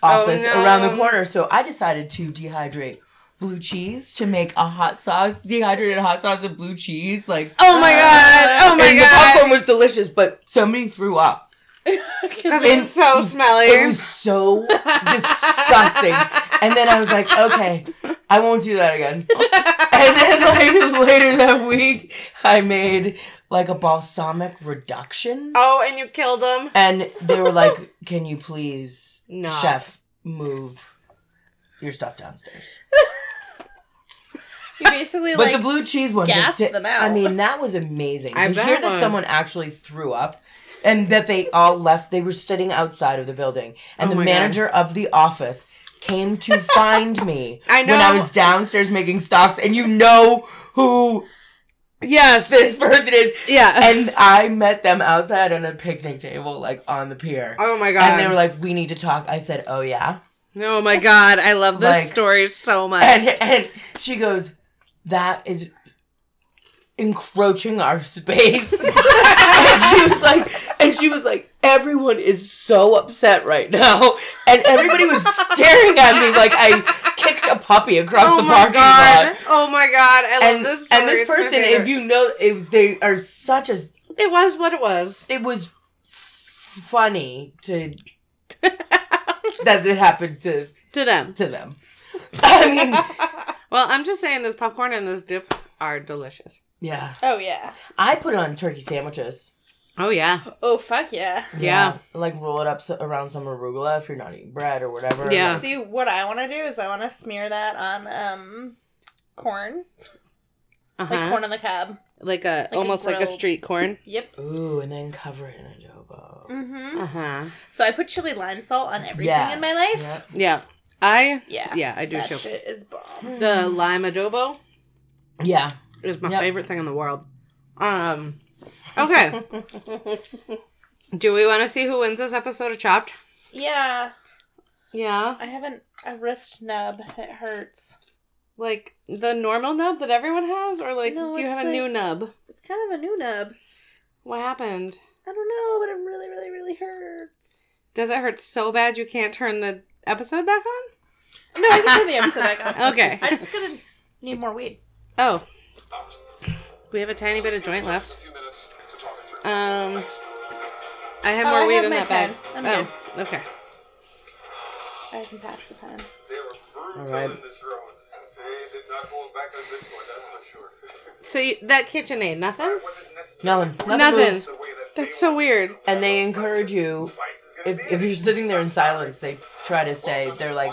Speaker 2: office
Speaker 1: Oh, no.
Speaker 2: around the corner. So I decided to dehydrate blue cheese to make a hot sauce, dehydrated hot sauce and blue cheese, like. ah.
Speaker 1: Oh my god. Oh my
Speaker 2: and the
Speaker 1: god.
Speaker 2: popcorn was delicious, but somebody threw up.
Speaker 1: Because it's so smelly.
Speaker 2: It was so disgusting. And then I was like, okay, I won't do that again. And then like later that week, I made like a balsamic reduction,
Speaker 1: oh, and you killed him.
Speaker 2: and they were like, "Can you please,
Speaker 1: No.
Speaker 2: chef, move your stuff downstairs?"
Speaker 3: You basically
Speaker 2: But
Speaker 3: like
Speaker 2: the blue cheese one,
Speaker 3: gas
Speaker 2: the-
Speaker 3: them out.
Speaker 2: I mean, that was amazing.
Speaker 1: I
Speaker 2: to
Speaker 1: bet
Speaker 2: hear that
Speaker 1: one.
Speaker 2: someone actually threw up and that they all left, they were sitting outside of the building, and
Speaker 1: Oh
Speaker 2: the
Speaker 1: my God.
Speaker 2: manager of the office came to find me
Speaker 1: I
Speaker 2: when I
Speaker 1: know.
Speaker 2: was downstairs making stocks, and you know who
Speaker 1: Yes.
Speaker 2: this person is.
Speaker 1: yeah.
Speaker 2: And I met them outside on a picnic table, like on the pier.
Speaker 1: oh my god.
Speaker 2: And they were like, "We need to talk." I said, "Oh yeah."
Speaker 1: oh my god. I love this
Speaker 2: Like-
Speaker 1: story so much.
Speaker 2: and and she goes, "That is encroaching our space." and she was like, and she was like, "Everyone is so upset right now," and everybody was staring at me like I kicked a puppy across
Speaker 1: oh
Speaker 2: the
Speaker 1: my
Speaker 2: parking
Speaker 1: god.
Speaker 2: lot.
Speaker 1: Oh my god. I love
Speaker 2: And
Speaker 1: this
Speaker 2: this,
Speaker 1: story.
Speaker 2: and this
Speaker 1: It's my
Speaker 2: person,
Speaker 1: favorite.
Speaker 2: if you know, if they are such a,
Speaker 1: It was what it was.
Speaker 2: it was f- funny to that it happened to
Speaker 1: To them.
Speaker 2: to them. I mean,
Speaker 1: Well, I'm just saying this popcorn and this dip are delicious.
Speaker 2: yeah,
Speaker 3: oh yeah.
Speaker 2: I put it on turkey sandwiches.
Speaker 1: Oh yeah.
Speaker 3: Oh fuck yeah.
Speaker 1: Yeah.
Speaker 2: Like roll it up so, around some arugula if you're not eating bread or whatever.
Speaker 1: Yeah.
Speaker 3: See, what I want to do is I want to smear that on um corn,
Speaker 1: Uh-huh.
Speaker 3: like
Speaker 1: Like,
Speaker 3: corn on the cob.
Speaker 1: a
Speaker 3: a
Speaker 1: almost like a
Speaker 3: grilled-
Speaker 1: street corn.
Speaker 3: Yep.
Speaker 2: Like- Ooh, and then cover it in adobo.
Speaker 3: Mm-hmm.
Speaker 1: Uh-huh.
Speaker 3: So I put chili lime salt on everything
Speaker 2: Yeah.
Speaker 3: in my life.
Speaker 2: Yeah.
Speaker 1: Yeah. I
Speaker 3: Yeah.
Speaker 1: yeah, I do
Speaker 3: That
Speaker 1: too.
Speaker 3: shit is bomb.
Speaker 1: The lime adobo
Speaker 2: Yeah.
Speaker 1: is my
Speaker 2: Yep.
Speaker 1: favorite thing in the world. Um Okay. do we want to see who wins this episode of Chopped?
Speaker 3: Yeah.
Speaker 1: Yeah.
Speaker 3: I have an, a wrist nub that hurts.
Speaker 1: Like the normal nub that everyone has or like
Speaker 3: No,
Speaker 1: do you
Speaker 3: it's
Speaker 1: have a new
Speaker 3: like-
Speaker 1: nub?
Speaker 3: It's kind of a new nub.
Speaker 1: What happened?
Speaker 3: I don't know, but it really, really, really hurts.
Speaker 1: Does it hurt so bad you can't turn the episode back on?
Speaker 3: No, I can turn the episode back on.
Speaker 1: Okay.
Speaker 3: I'm just gonna need more weed.
Speaker 1: Oh. We have a tiny bit of joint left.
Speaker 4: A few minutes to talk it through.
Speaker 1: Um
Speaker 4: Thanks.
Speaker 1: I have
Speaker 3: Oh,
Speaker 1: more
Speaker 3: I
Speaker 1: weed
Speaker 3: have
Speaker 1: in
Speaker 3: my
Speaker 1: that
Speaker 3: pen.
Speaker 1: bag.
Speaker 3: I'm
Speaker 1: oh, okay.
Speaker 3: I can pass the pen.
Speaker 4: They were brutal
Speaker 2: All right.
Speaker 4: in this room. They did not go back on this one, that's for sure.
Speaker 1: So you, that KitchenAid, nothing?
Speaker 4: Wasn't necessarily
Speaker 2: Nothing. Nothing.
Speaker 1: Nothing.
Speaker 2: moves.
Speaker 4: the way that
Speaker 1: That's so weird.
Speaker 2: And they encourage you,
Speaker 4: spice is gonna
Speaker 2: if, if you're sitting there in silence, they try to say, they're like,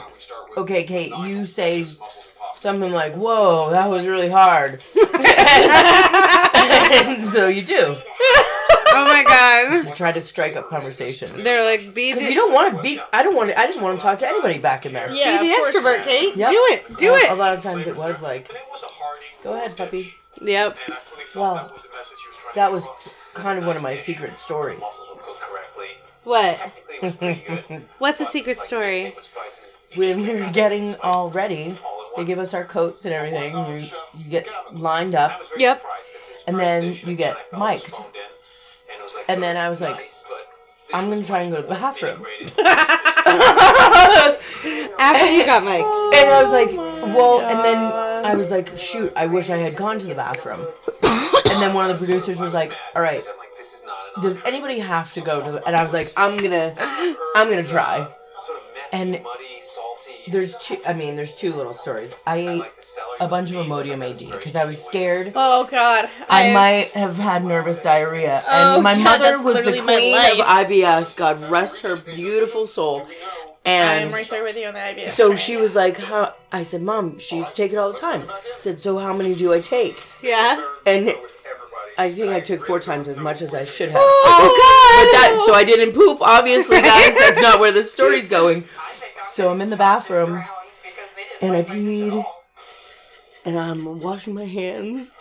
Speaker 2: okay, Kate, you say
Speaker 4: muscles and pasta.
Speaker 2: something like, whoa, that was really hard. and so you do.
Speaker 1: Oh my god.
Speaker 2: To try to strike up conversation.
Speaker 1: They're like, be the,
Speaker 2: Because you don't want to be, I don't want to, I didn't want to talk to anybody back in there.
Speaker 3: Yeah,
Speaker 1: be the
Speaker 3: of course
Speaker 1: extrovert,
Speaker 3: not.
Speaker 1: Kate.
Speaker 2: Yep.
Speaker 1: Do it. Do
Speaker 2: Um, A
Speaker 1: it.
Speaker 2: lot of times it was like,
Speaker 7: And it was a hearty.
Speaker 2: go ahead, puppy.
Speaker 1: Yep.
Speaker 7: And I fully felt
Speaker 2: Well,
Speaker 7: that was the message he was trying
Speaker 2: That
Speaker 7: to
Speaker 2: was
Speaker 7: get across.
Speaker 2: kind of one of my secret stories.
Speaker 7: Muscles were cooked correctly.
Speaker 1: What?
Speaker 7: Technically, it was pretty good.
Speaker 1: What's the secret story?
Speaker 7: It was spices.
Speaker 2: When we were getting all ready, they give us our coats and everything. You, you get lined
Speaker 7: I
Speaker 2: up.
Speaker 7: was very
Speaker 1: Yep.
Speaker 7: surprised 'cause his
Speaker 2: And
Speaker 7: first
Speaker 2: then
Speaker 7: dish,
Speaker 2: you
Speaker 7: I
Speaker 2: get
Speaker 7: felt was
Speaker 2: mic'd.
Speaker 7: phoned in, And, it was like
Speaker 2: And
Speaker 7: sort
Speaker 2: then
Speaker 7: of
Speaker 2: I was like,
Speaker 7: nice, but
Speaker 2: I'm gonna try and go to the bathroom.
Speaker 7: Integrated.
Speaker 1: After you got mic'd.
Speaker 2: And I was like,
Speaker 1: Oh
Speaker 2: well, and then I was like, shoot, I wish I had gone to the bathroom. and then one of the producers was like, all right,
Speaker 7: I'm like, this is not an
Speaker 2: does anybody have to go to? The-? And I was like, I'm gonna, I'm gonna try.
Speaker 7: sort of messy,
Speaker 2: And
Speaker 7: muddy, salty.
Speaker 2: There's two. I mean, there's two little stories. I ate
Speaker 7: like the celery
Speaker 2: a
Speaker 7: with
Speaker 2: bunch of
Speaker 7: beans, I
Speaker 2: Imodium
Speaker 7: thought it was
Speaker 2: AD
Speaker 7: very
Speaker 2: because I was scared.
Speaker 3: Oh God.
Speaker 2: I might have had nervous diarrhea,
Speaker 3: Oh,
Speaker 2: and my
Speaker 3: yeah,
Speaker 2: mother
Speaker 3: that's
Speaker 2: was the
Speaker 3: literally my
Speaker 2: queen
Speaker 3: life.
Speaker 2: of IBS. God rest her beautiful soul.
Speaker 3: I'm
Speaker 1: um,
Speaker 2: And
Speaker 3: right there with you on the IBS.
Speaker 2: So
Speaker 3: train.
Speaker 2: she was like, "How?" I said, "Mom, she's taking all the time." I said, "So how many do I take?"
Speaker 1: Yeah.
Speaker 2: And
Speaker 4: Everybody.
Speaker 2: I think I took four times as much as I should have.
Speaker 1: Oh,
Speaker 2: But that, so I didn't poop, obviously, guys. That's not where the story's going. So I'm in the bathroom and I peed and I'm washing my hands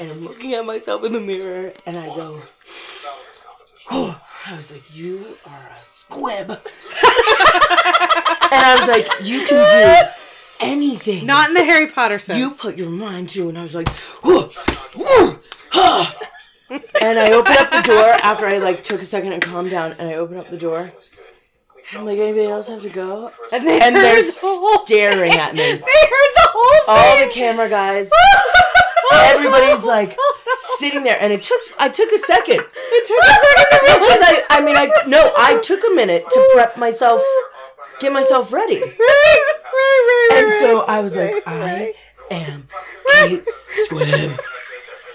Speaker 2: and I'm looking at myself in the mirror and I go, oh, I was like, you are a squib. and I was like, you can do anything
Speaker 1: Not in the Harry Potter sense.
Speaker 2: you put your mind to, and I was like, "Whoa, whoa, huh." and I opened up the door after I like took a second and calmed down, and I opened up the door. And I'm like, anybody else have to go?
Speaker 1: and they
Speaker 2: And they're
Speaker 1: heard the whole-
Speaker 2: staring at
Speaker 1: They
Speaker 2: me.
Speaker 1: heard the whole
Speaker 2: All
Speaker 1: thing.
Speaker 2: the camera guys, everybody's like sitting there, and it took I took a second
Speaker 1: It took a second to realize.
Speaker 2: because I I mean I no I took a minute to prep myself, get myself ready, and so I was like I am Kate Squibb,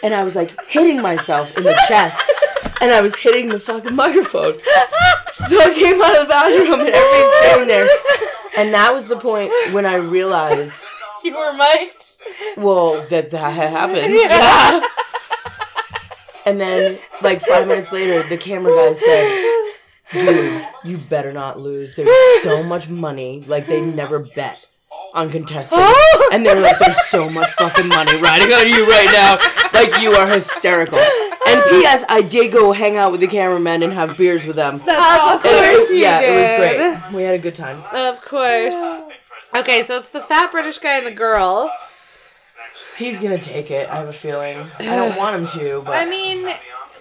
Speaker 2: and I was like hitting myself in the chest, and I was hitting the fucking microphone. So I came out of the bathroom and everybody's sitting there, and that was the point when I realized
Speaker 1: You were mic'd.
Speaker 2: well, that that had happened. Yeah. and then, like five minutes later, the camera guy said, "Dude, you better not lose. There's so much money. Like they never bet on contestants, and they're like, there's so much fucking money riding on you right now. Like you are hysterical." And P.S. I did go hang out with the cameramen and have beers with them.
Speaker 1: Of
Speaker 2: And it was-
Speaker 1: course you
Speaker 2: yeah,
Speaker 1: did.
Speaker 2: it was great. We had a good time.
Speaker 1: Of course. Okay, so it's the fat British guy and the girl.
Speaker 2: He's gonna take it. I have a feeling. I don't want him to, but
Speaker 3: I mean,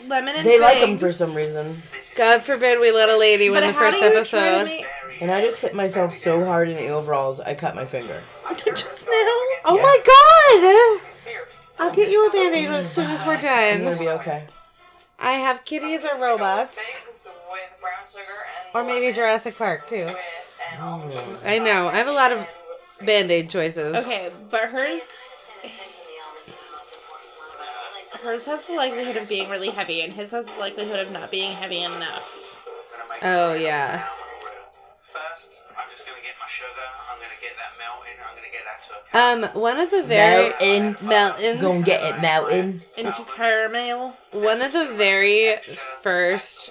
Speaker 3: lemon and
Speaker 2: they like
Speaker 3: figs.
Speaker 2: him for some reason.
Speaker 1: God forbid we let a lady win
Speaker 3: But
Speaker 1: the
Speaker 3: how
Speaker 1: first
Speaker 3: do you try to
Speaker 1: episode.
Speaker 3: make-
Speaker 2: And I just hit myself so hard in the overalls, I cut my finger.
Speaker 1: Just now? Oh my god! I'll get you a band aid as soon as we're
Speaker 2: I'm gonna
Speaker 1: done.
Speaker 2: be okay.
Speaker 1: I have kitties or robots.
Speaker 5: Figs with brown sugar and
Speaker 1: Or maybe
Speaker 5: lemon
Speaker 1: Jurassic Park too.
Speaker 5: with- and almond juice.
Speaker 1: I know. I have a lot of band aid choices.
Speaker 3: Okay, but hers hers has the likelihood of being really heavy, and his has the likelihood of not being heavy enough.
Speaker 1: Oh yeah.
Speaker 6: First, I'm just gonna get my sugar. I'm gonna get that melting. I'm gonna get that to
Speaker 2: Uh,
Speaker 1: Um, one of the very
Speaker 2: Mountain.
Speaker 1: Mountain.
Speaker 2: Gonna get it, Mountain.
Speaker 3: Into caramel.
Speaker 1: one of the very first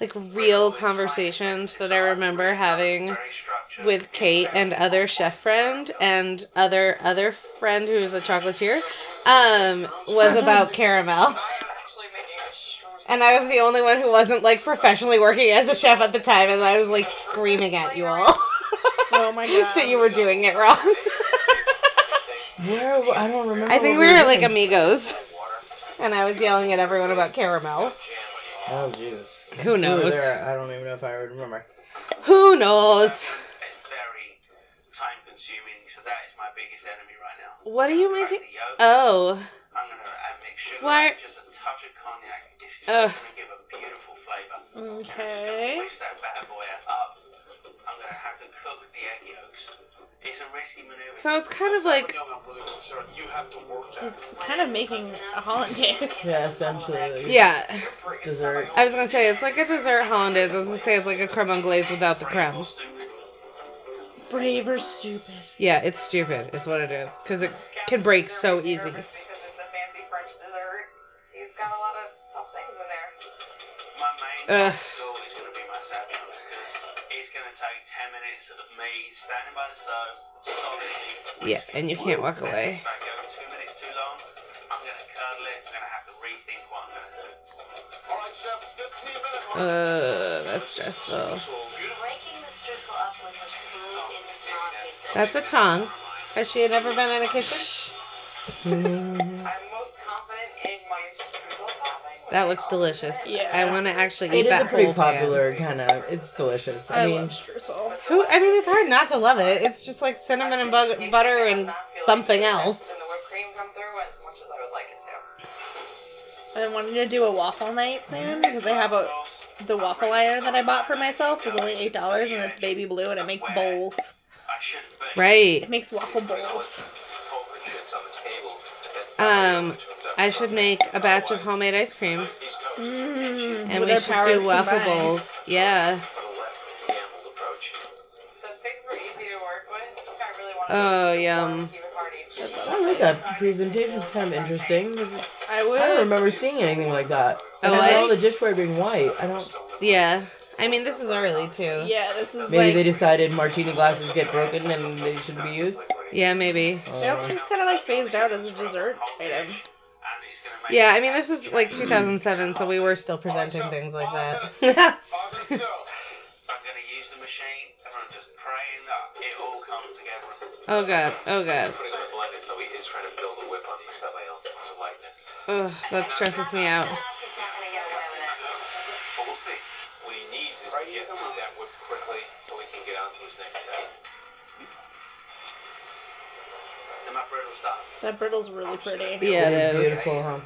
Speaker 1: like real conversations that I remember having
Speaker 6: very structured.
Speaker 1: with Kate and other chef friend and other other friend who's a chocolatier um was about caramel.
Speaker 5: I'm actually making a shrew
Speaker 1: And I was the only one who wasn't like professionally working as a chef at the time and I was like screaming at you all. Oh my god. that you were doing it wrong.
Speaker 2: Where? I don't remember.
Speaker 1: I think
Speaker 2: what
Speaker 1: we were like
Speaker 2: doing.
Speaker 1: amigos. And I was yelling at everyone about caramel.
Speaker 2: Oh Jesus.
Speaker 1: Who
Speaker 2: We were
Speaker 1: knows?
Speaker 2: there. I don't even know if I remember.
Speaker 1: Who knows?
Speaker 6: It's very time consuming, so that is my biggest enemy right now.
Speaker 2: Oh,
Speaker 1: What are you
Speaker 6: Crack
Speaker 1: making?
Speaker 6: the yolk.
Speaker 1: Oh.
Speaker 6: I'm gonna add mix sugar.
Speaker 1: Why-
Speaker 6: Just a touch of cognac. It's just
Speaker 1: Ugh.
Speaker 6: gonna give a beautiful flavour.
Speaker 3: Okay.
Speaker 6: Whisk that bad boy up. I'm gonna have to cook the egg yolks. It's a risky maneuver.
Speaker 1: So it's kind of like
Speaker 3: He's kind of making a hollandaise.
Speaker 2: Yeah, essentially.
Speaker 1: yeah.
Speaker 2: Dessert.
Speaker 1: I was gonna say it's like a dessert hollandaise. I was gonna say it's like a creme anglaise without the creme.
Speaker 3: Brave or stupid.
Speaker 1: Yeah, it's stupid. Is what it is because it can break so easy.
Speaker 5: Nervous because it's a fancy French dessert. He's got a lot of tough things in there.
Speaker 6: My main
Speaker 1: Ugh.
Speaker 6: goal is going to be my satchel because it's going to take 10 minutes of me standing by the stove, solidly.
Speaker 1: Yeah, and you can't walk away.
Speaker 6: If I go two minutes too long, I'm going to curdle it. I'm going to have to rethink what I'm going to
Speaker 4: All
Speaker 6: do.
Speaker 4: right, chefs, 15 minute mark.
Speaker 1: Uh, that's stressful.
Speaker 8: Breaking the streusel up with her spoon into small pieces.
Speaker 1: That's a tongue. Has she never been in a kitchen? Mm.
Speaker 5: I'm most confident in my streusel topping.
Speaker 1: That looks delicious.
Speaker 3: Yeah.
Speaker 1: I want to actually eat
Speaker 2: It is
Speaker 1: that
Speaker 2: a pretty
Speaker 1: whole pan.
Speaker 2: popular kind of. It's delicious. I,
Speaker 3: I,
Speaker 2: mean,
Speaker 3: love streusel.
Speaker 1: Who? I mean, it's hard not to love it. It's just like cinnamon and bu- butter and something else.
Speaker 5: And the whipped cream come through as much as I would like it to.
Speaker 3: I wanted to do a waffle night soon because I have a the waffle iron that I bought for myself was only eight dollars and it's baby blue and it makes bowls.
Speaker 6: I shouldn't be.
Speaker 3: It
Speaker 1: Right.
Speaker 3: makes waffle bowls.
Speaker 7: poker chips on the table.
Speaker 1: Um, I should make Mm. a batch of homemade ice cream,
Speaker 7: These coaches
Speaker 1: and
Speaker 3: With
Speaker 1: we
Speaker 3: our
Speaker 1: should
Speaker 3: powers
Speaker 1: do waffle
Speaker 3: combined.
Speaker 1: bowls. Yeah.
Speaker 7: put a less gambled approach.
Speaker 5: The figs were easy to work with. I really wanted
Speaker 1: Oh,
Speaker 5: to keep it warm,
Speaker 1: yum.
Speaker 5: Keep it hearty.
Speaker 2: I like that presentation's kind of interesting. This is-
Speaker 3: I
Speaker 2: I don't
Speaker 3: would.
Speaker 2: remember seeing anything like that.
Speaker 1: Oh,
Speaker 2: And I
Speaker 1: I-
Speaker 2: all the dishware being white. I don't.
Speaker 1: Yeah. I mean, this is early too.
Speaker 3: Yeah, this is
Speaker 2: Maybe they
Speaker 3: like.
Speaker 2: decided martini glasses get broken and they shouldn't be used.
Speaker 1: Yeah, maybe.
Speaker 3: They, also just kind of like phased out as a dessert item.
Speaker 6: And he's gonna make
Speaker 1: Yeah, I mean, this is like 2007, so we were still presenting things like that.
Speaker 4: Five minutes to go.
Speaker 6: I'm gonna use the machine and I'm just praying that it all comes together.
Speaker 1: oh god. Oh god.
Speaker 7: Putting on a blender, so he is trying to build a whip on somebody else. It's lightning.
Speaker 1: Ugh, that stresses me out.
Speaker 8: He's not gonna get away with it.
Speaker 7: But we'll see. What he needs is to get through that whip quickly so he can get on to his next step.
Speaker 6: Then my bread will start.
Speaker 3: That brittle's really pretty.
Speaker 1: Yeah, it
Speaker 2: It's
Speaker 1: is.
Speaker 2: beautiful, huh?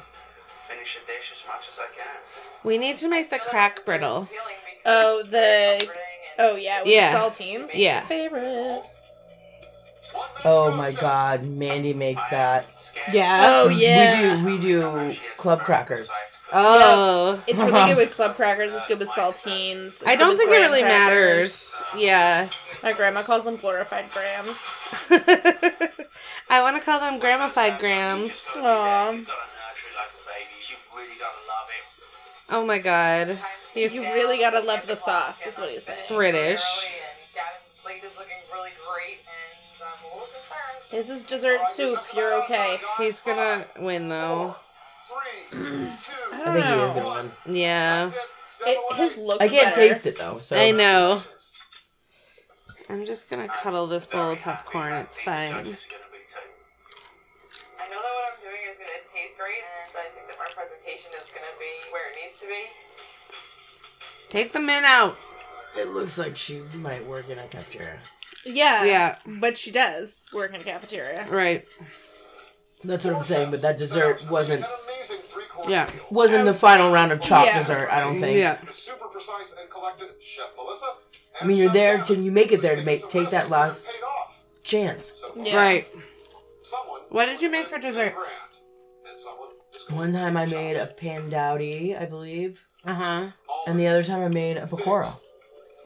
Speaker 6: Finish the dish as much as I can.
Speaker 1: We need to make the crack brittle. Uh,
Speaker 5: Feeling because
Speaker 3: Oh the.
Speaker 5: and
Speaker 3: Oh yeah, with
Speaker 1: Yeah.
Speaker 3: the saltines.
Speaker 1: Yeah.
Speaker 3: Favorite.
Speaker 4: One minute to
Speaker 2: Oh
Speaker 4: go,
Speaker 2: my
Speaker 4: sir.
Speaker 2: god, Mandy makes that.
Speaker 6: Scared.
Speaker 1: Oh, Yeah.
Speaker 2: We do we do club crackers.
Speaker 1: Oh.
Speaker 3: It's really good with club crackers. It's good with saltines. It's
Speaker 1: I
Speaker 3: good
Speaker 1: don't
Speaker 3: with
Speaker 1: think it
Speaker 3: graham
Speaker 1: really
Speaker 3: crackers.
Speaker 1: matters. Yeah.
Speaker 3: My grandma calls them glorified grams.
Speaker 1: I want to call them gramified grams.
Speaker 3: Aww.
Speaker 1: Um.
Speaker 6: You've got to nurture it like a baby. You've really got to love it.
Speaker 1: Oh my god. He's
Speaker 3: You really gotta love the sauce, is what he's saying.
Speaker 1: British.
Speaker 5: early and Gavin's plate is looking really great and I'm a little concerned.
Speaker 3: This is dessert soup. You're okay.
Speaker 1: He's gonna win though.
Speaker 4: Three, two,
Speaker 3: I
Speaker 2: I
Speaker 3: don't
Speaker 2: think he is gonna
Speaker 3: know.
Speaker 2: win.
Speaker 1: Yeah.
Speaker 4: That's it. Step
Speaker 3: It,
Speaker 4: away.
Speaker 3: his looks.
Speaker 2: I can't
Speaker 3: better.
Speaker 2: taste it though, so
Speaker 1: I know. I'm just gonna cuddle this bowl of popcorn. It's fine.
Speaker 6: It's gonna be too.
Speaker 5: I know that what I'm doing is gonna taste great and I think that my presentation is gonna be where it needs to be.
Speaker 1: Take the mint out.
Speaker 2: it looks like she might work in a cafeteria.
Speaker 3: Yeah.
Speaker 1: Yeah.
Speaker 3: But she does work in a cafeteria.
Speaker 1: Right.
Speaker 2: That's what I'm saying, but that dessert wasn't
Speaker 4: An amazing three-course
Speaker 1: Yeah.
Speaker 4: meal.
Speaker 2: wasn't the final round of chopped
Speaker 3: Yeah.
Speaker 2: dessert, I don't think.
Speaker 1: Yeah.
Speaker 4: Super precise and collected, Chef Melissa.
Speaker 2: I mean, you're there to- you make it there to make- take that last-
Speaker 4: loss.
Speaker 2: Chance.
Speaker 3: Yeah.
Speaker 1: Right.
Speaker 4: Someone
Speaker 1: What did you make for dessert?
Speaker 4: And someone is going
Speaker 2: One time I made a pandowdy, I believe.
Speaker 1: Uh huh.
Speaker 4: all
Speaker 2: And the other time I made a pakora,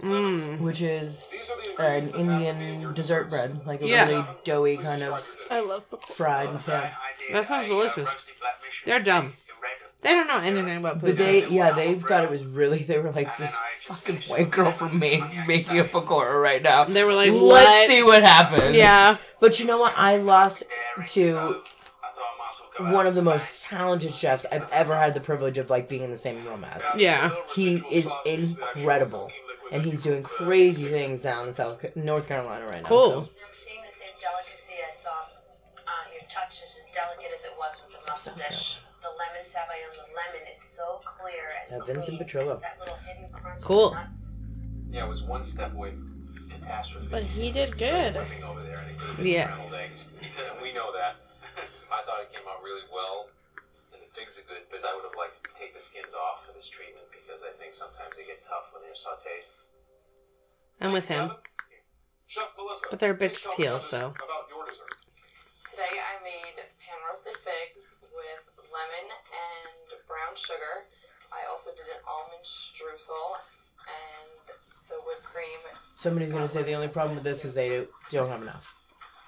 Speaker 1: Mm.
Speaker 2: which is an Indian dessert bread, like a
Speaker 1: Yeah.
Speaker 2: really doughy kind of
Speaker 3: I love pakora.
Speaker 2: fried bread.
Speaker 6: Idea
Speaker 1: That sounds
Speaker 6: A, uh,
Speaker 1: delicious.
Speaker 6: roasted black mission
Speaker 1: They're dumb.
Speaker 6: in red.
Speaker 1: They don't know anything about
Speaker 2: But
Speaker 1: food.
Speaker 2: they, yeah, they thought it was really. They were like, this fucking white girl from Maine's making a pakora right now.
Speaker 1: They were like,
Speaker 2: Let's
Speaker 1: what?
Speaker 2: see what happens.
Speaker 1: Yeah.
Speaker 2: But you know what? I lost to
Speaker 6: I thought I might as well go
Speaker 2: one of the most talented chefs I've ever had the privilege of like being in the same room as.
Speaker 1: Yeah.
Speaker 2: He is incredible, and he's doing crazy things down in South Ca- North Carolina right now.
Speaker 1: Cool.
Speaker 2: so.
Speaker 8: I'm seeing the same delicacy I saw. Uh, your touch is as delicate as it was with the mussel
Speaker 2: Sounds
Speaker 8: dish. The lemon sabayon, the lemon is so clear and
Speaker 2: Yeah, Vincent
Speaker 8: clean.
Speaker 2: Petrillo.
Speaker 8: That little hidden crunch of
Speaker 1: Cool.
Speaker 8: nuts.
Speaker 7: Yeah, it was one step away from catastrophe.
Speaker 3: But he did good.
Speaker 7: Whipping over there, and it could have been
Speaker 1: Yeah.
Speaker 7: scrambled eggs. we know that. I thought it came out really well, and the figs are good, but I would have liked to take the skins off for this treatment because I think sometimes they get tough when they're sauteed.
Speaker 1: I'm with him.
Speaker 4: Chef Melissa,
Speaker 1: But they're a
Speaker 4: please
Speaker 1: bitch
Speaker 4: tell
Speaker 1: peel,
Speaker 4: us
Speaker 1: so.
Speaker 4: About your dessert.
Speaker 5: Today I made pan roasted figs with lemon and brown sugar. I also did an almond streusel and the whipped cream.
Speaker 2: Somebody's gonna say the only problem with this is they do- don't have enough.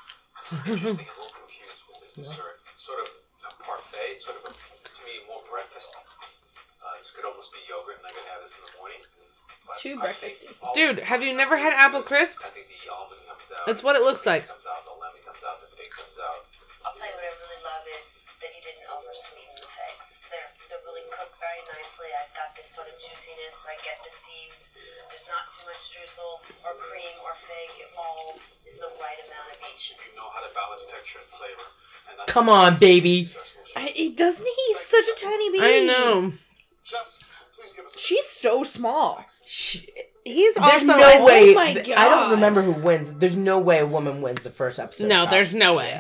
Speaker 7: I'm getting a little confused with this dessert. It's sort of a parfait, sort of a, to me more breakfast. Uh, this could almost be yogurt, and I could have this in the morning. But
Speaker 3: Too
Speaker 7: I think
Speaker 3: breakfasty.
Speaker 7: all-
Speaker 1: Dude, have you never had apple crisp?
Speaker 7: I think the almond comes out.
Speaker 1: That's what it looks like.
Speaker 7: comes out. The lemon comes out. The fig comes out.
Speaker 8: I'll tell you what I really love is that you didn't oversweeten the figs. They're they're really cooked very nicely. I've got this sort of juiciness. I get the seeds. There's not too much streusel or cream or fig. It all is the right amount of each.
Speaker 7: You know how to balance texture and flavor. And that's
Speaker 2: Come on, baby.
Speaker 7: successful.
Speaker 3: I, it doesn't he? He's such a tiny baby.
Speaker 1: I know.
Speaker 4: Chefs, please give us a
Speaker 9: She's so small.
Speaker 2: Sh
Speaker 9: He's
Speaker 2: there's
Speaker 9: also
Speaker 2: no
Speaker 9: I-
Speaker 2: way.
Speaker 9: Oh my
Speaker 2: th-
Speaker 9: god.
Speaker 2: I don't remember who wins. There's no way a woman wins the first episode.
Speaker 1: No,
Speaker 2: Todd.
Speaker 1: there's no way.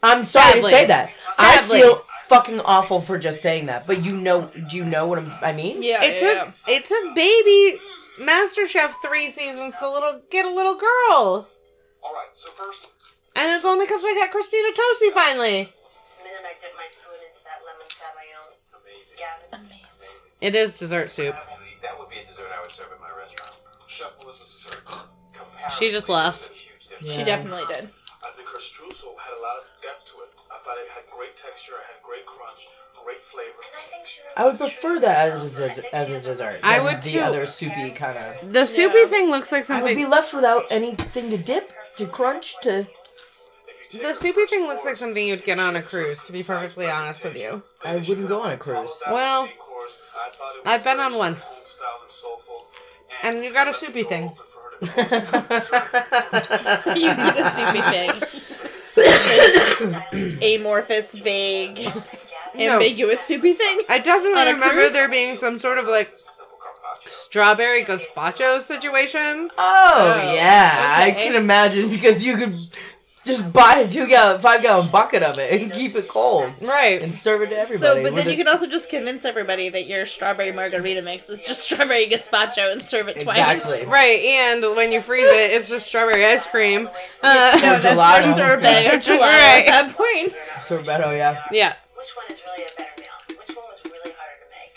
Speaker 2: I'm
Speaker 9: Sadly.
Speaker 2: sorry to say that.
Speaker 9: Sadly.
Speaker 2: I feel fucking awful for just saying that. But you know, do you know what I'm, I mean?
Speaker 9: Yeah,
Speaker 1: It
Speaker 9: yeah,
Speaker 1: took it took baby MasterChef three seasons to little get a little girl,
Speaker 4: All right, so first,
Speaker 1: and it's only because they got Christina Tosi finally.
Speaker 8: The minute I dip my spoon into that lemon sabayon, Gavin,
Speaker 1: It is dessert soup.
Speaker 7: Really, That would be a dessert I would serve at my restaurant.
Speaker 4: Chef Melissa's dessert.
Speaker 1: She just left.
Speaker 9: yeah. She definitely did.
Speaker 7: Uh, the Castrusel had a lot of depth to it. I thought it had great texture, it had great crunch, great flavor.
Speaker 8: and I think she
Speaker 2: I would prefer that as a dessert. As a dessert
Speaker 1: I
Speaker 2: than
Speaker 1: would
Speaker 2: the
Speaker 1: too.
Speaker 2: other soupy kind of.
Speaker 1: The soupy thing looks like
Speaker 2: I would be
Speaker 1: something.
Speaker 2: left without anything to dip, to crunch, to.
Speaker 1: The soupy thing looks like something you'd get on a cruise. To be perfectly honest with you,
Speaker 2: I wouldn't go on a cruise.
Speaker 1: Well, I've been on one. And you got a soupy thing.
Speaker 9: You need a soupy thing. Amorphous, vague, ambiguous soupy thing.
Speaker 1: I definitely
Speaker 9: On a
Speaker 1: remember
Speaker 9: cruise?
Speaker 1: there being some sort of like strawberry gazpacho situation.
Speaker 2: Oh, yeah, I
Speaker 1: okay.
Speaker 2: can imagine because you could just buy a two gallon, five gallon bucket of it and keep it cold
Speaker 1: Right.
Speaker 2: and serve it to everybody.
Speaker 9: So, but
Speaker 2: with
Speaker 9: then you
Speaker 2: it-
Speaker 9: can also just convince everybody that your strawberry margarita mix is just strawberry gazpacho and serve it twice.
Speaker 2: exactly.
Speaker 1: Right, and when you freeze it, it's just strawberry ice cream. Uh,
Speaker 9: No, that's
Speaker 2: gelato.
Speaker 9: for sorbet or gelato
Speaker 1: Right.
Speaker 9: at that point.
Speaker 2: Sorbetto, yeah.
Speaker 1: yeah.
Speaker 8: which one is really a better meal? Which one was really harder to make?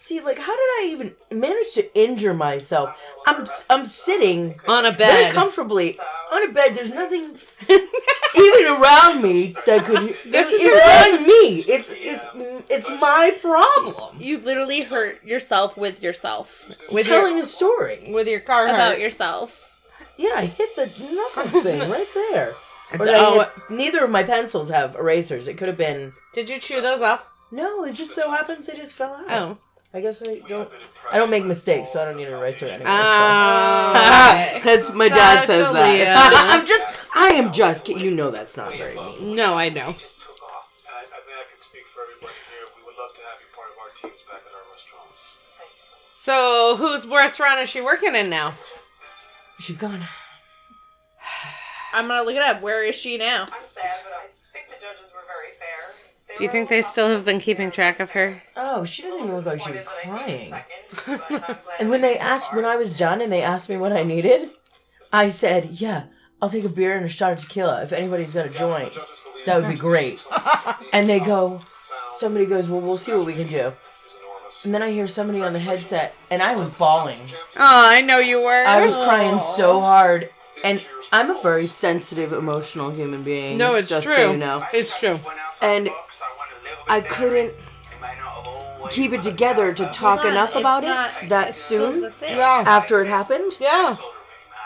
Speaker 2: See, like, how did I even manage to injure myself? I'm I'm sitting
Speaker 1: On a
Speaker 2: very
Speaker 1: bed.
Speaker 2: comfortably on a bed. There's nothing even around me that could.
Speaker 1: This is
Speaker 2: it's on me. It's it's it's my problem.
Speaker 9: You literally hurt yourself with yourself.
Speaker 1: with
Speaker 2: Telling
Speaker 1: your,
Speaker 2: a story.
Speaker 1: with your car
Speaker 9: About yourself.
Speaker 2: Yeah, I hit the knuckle thing right there. Or did I
Speaker 1: Oh.
Speaker 2: hit- neither of my pencils have erasers. It could have been.
Speaker 1: Did you chew those off?
Speaker 2: No, it just so happens they just fell out.
Speaker 1: Oh.
Speaker 2: I guess I don't. I don't make mistakes, so I don't need an eraser anyway. so-
Speaker 1: Oh.
Speaker 2: Ah, That's my
Speaker 1: dad
Speaker 2: dad
Speaker 1: says Such a
Speaker 2: says
Speaker 1: that. Leo.
Speaker 2: that. I'm just, I am just. ki- You know that's not very mean.
Speaker 1: no, I know.
Speaker 7: Just took off. I, I think I can speak for everybody here. We would love to have you part of our teams back at our restaurants.
Speaker 8: Thank you so much.
Speaker 1: So, whose restaurant is she working in now?
Speaker 2: She's gone.
Speaker 9: I'm gonna look it up. Where is she now?
Speaker 5: I'm sad, but I think the judges were very fair. They
Speaker 1: Do you
Speaker 5: were
Speaker 1: think
Speaker 5: a
Speaker 1: they
Speaker 5: little
Speaker 1: still have been keeping track of her?
Speaker 2: Oh, she doesn't even look like she was
Speaker 5: disappointed that I came
Speaker 2: crying.
Speaker 5: second, but I'm glad
Speaker 2: And when they
Speaker 5: I
Speaker 2: asked, when I was done, and they asked me what I needed, I said, "Yeah, I'll take a beer and a shot of tequila if anybody's got a joint. That would be great." And they go, somebody goes, "Well, we'll see what we can do." And then I hear somebody on the headset, and I was bawling.
Speaker 1: Oh, I know you were.
Speaker 2: I was crying so hard, and I'm a very sensitive, emotional human being.
Speaker 1: No, it's
Speaker 2: just
Speaker 1: true.
Speaker 2: So you know,
Speaker 1: It's true.
Speaker 2: And I couldn't keep it together to talk
Speaker 9: on,
Speaker 2: enough
Speaker 9: it's
Speaker 2: about
Speaker 9: not-
Speaker 2: it that
Speaker 9: That's the Oh.
Speaker 2: soon
Speaker 9: thing.
Speaker 1: Yeah.
Speaker 2: after it happened.
Speaker 1: Yeah.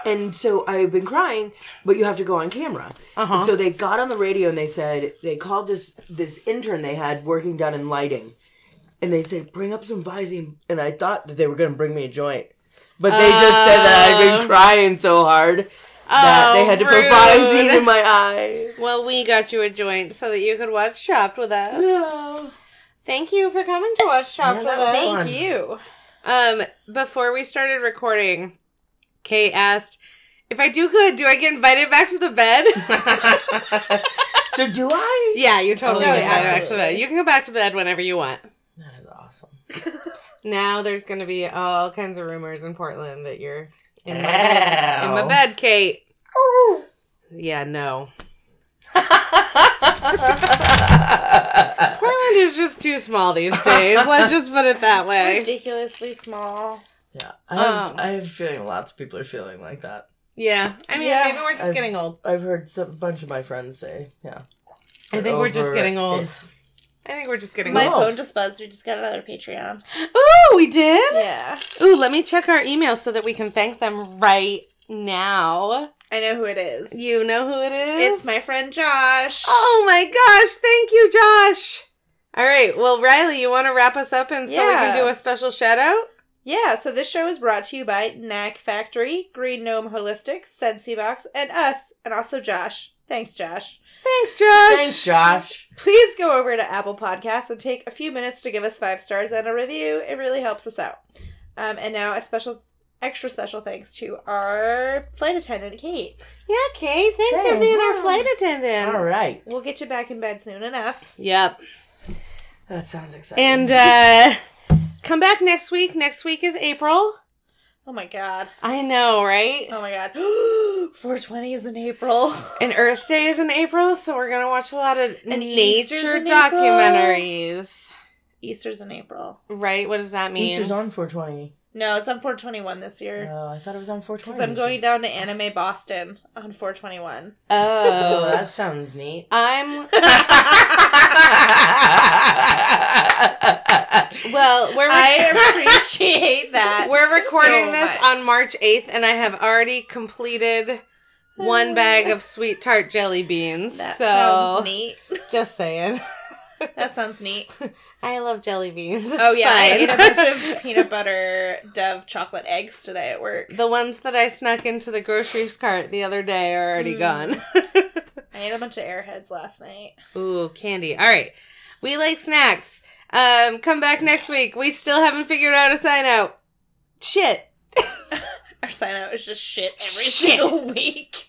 Speaker 2: And so I've been crying, but you have to go on camera.
Speaker 1: Uh-huh.
Speaker 2: And so they got on the radio and they said they called this this intern they had working down in lighting, and they said bring up some Visine. And I thought that they were going to bring me a joint, but they just said that I've been crying so hard that
Speaker 1: Oh,
Speaker 2: they had to put
Speaker 1: rude.
Speaker 2: Visine in my eyes.
Speaker 1: Well, we got you a joint so that you could watch Chopped with us.
Speaker 2: Yeah.
Speaker 1: Thank you for coming to watch Chopped
Speaker 2: Yeah, that
Speaker 1: with us.
Speaker 2: was fun.
Speaker 9: Thank you.
Speaker 1: Um, before we started recording, Kate asked, if I do good, do I get invited back to the bed?
Speaker 2: so do I?
Speaker 1: yeah, you totally
Speaker 2: Oh,
Speaker 1: get
Speaker 2: yeah,
Speaker 1: invited back to the
Speaker 2: absolutely.
Speaker 1: bed. You can go back to bed whenever you want.
Speaker 2: That is awesome.
Speaker 1: Now there's going to be all kinds of rumors in Portland that you're in my bed. In my
Speaker 2: Ow.
Speaker 1: bed, Kate. Oh. Yeah, no. Portland is just too small these days. Let's just put it that way.
Speaker 9: Ridiculously small.
Speaker 2: Yeah, I have,
Speaker 1: Um.
Speaker 2: I have a feeling lots of people are feeling like that.
Speaker 1: Yeah. I mean,
Speaker 9: Yeah.
Speaker 1: maybe we're just
Speaker 2: I've-
Speaker 1: getting old.
Speaker 2: I've heard some, a bunch of my friends say, yeah.
Speaker 1: I
Speaker 2: They're
Speaker 1: think we're just
Speaker 2: over
Speaker 1: getting old.
Speaker 2: it.
Speaker 1: I think we're just getting
Speaker 9: My
Speaker 2: Wow.
Speaker 9: phone just buzzed. We just got another Patreon.
Speaker 1: old. Oh, we did?
Speaker 9: Yeah.
Speaker 1: Ooh, let me check our email so that we can thank them right now.
Speaker 9: I know who it is.
Speaker 1: You know who it is?
Speaker 9: It's my friend Josh.
Speaker 1: Oh my gosh, thank you, Josh. All right. Well, Riley, you want to wrap us up and so we can
Speaker 9: Yeah.
Speaker 1: do a special shout out?
Speaker 9: Yeah, so this show is brought to you by Knack Factory, Green Gnome Holistics, Sensi Box, and us, and also Josh.
Speaker 3: Thanks, Josh.
Speaker 1: Thanks, Josh.
Speaker 2: Thanks, Josh.
Speaker 3: Please go over to Apple Podcasts and take a few minutes to give us five stars and a review. It really helps us out. Um, and now a special, extra special thanks to our flight attendant, Kate.
Speaker 1: Yeah, Kate. Thanks for
Speaker 2: Hey,
Speaker 1: being our
Speaker 2: wow.
Speaker 1: flight attendant.
Speaker 2: All right.
Speaker 3: We'll get you back in bed soon enough.
Speaker 1: Yep.
Speaker 2: That sounds exciting.
Speaker 1: And uh come back next week. Next week is April.
Speaker 3: Oh my god.
Speaker 1: I know, right?
Speaker 3: Oh my god. 420 is in April.
Speaker 1: And Earth Day is in April, so we're gonna watch a lot of
Speaker 3: Easter's
Speaker 1: nature
Speaker 3: in April.
Speaker 1: documentaries.
Speaker 3: Easter's in April.
Speaker 1: Right? What does that mean?
Speaker 2: Easter's on 420.
Speaker 3: No, it's on 421 this year.
Speaker 2: Oh, I thought it was on 420.
Speaker 3: Because I'm going down to Anime Boston on 421.
Speaker 2: Oh,
Speaker 1: oh,
Speaker 2: that sounds neat.
Speaker 1: I'm well. We're
Speaker 3: I appreciate that.
Speaker 1: we're recording
Speaker 3: so
Speaker 1: this
Speaker 3: much.
Speaker 1: on March eighth, and I have already completed one bag of sweet tart jelly beans.
Speaker 3: Oh. That
Speaker 1: so
Speaker 3: sounds neat.
Speaker 1: just saying,
Speaker 3: That sounds neat.
Speaker 1: I love jelly beans. It's
Speaker 3: oh yeah, I
Speaker 1: fine.
Speaker 3: ate a bunch of peanut butter Dove chocolate eggs today at work.
Speaker 1: The ones that I snuck into the grocery cart the other day are
Speaker 3: Mm.
Speaker 1: already gone.
Speaker 3: I ate a bunch of Airheads last night.
Speaker 1: Ooh, candy. All right. We like snacks. Um, come back next week. We still haven't figured out a sign out. Shit.
Speaker 3: Our sign out is just shit every
Speaker 1: Shit.
Speaker 3: single week.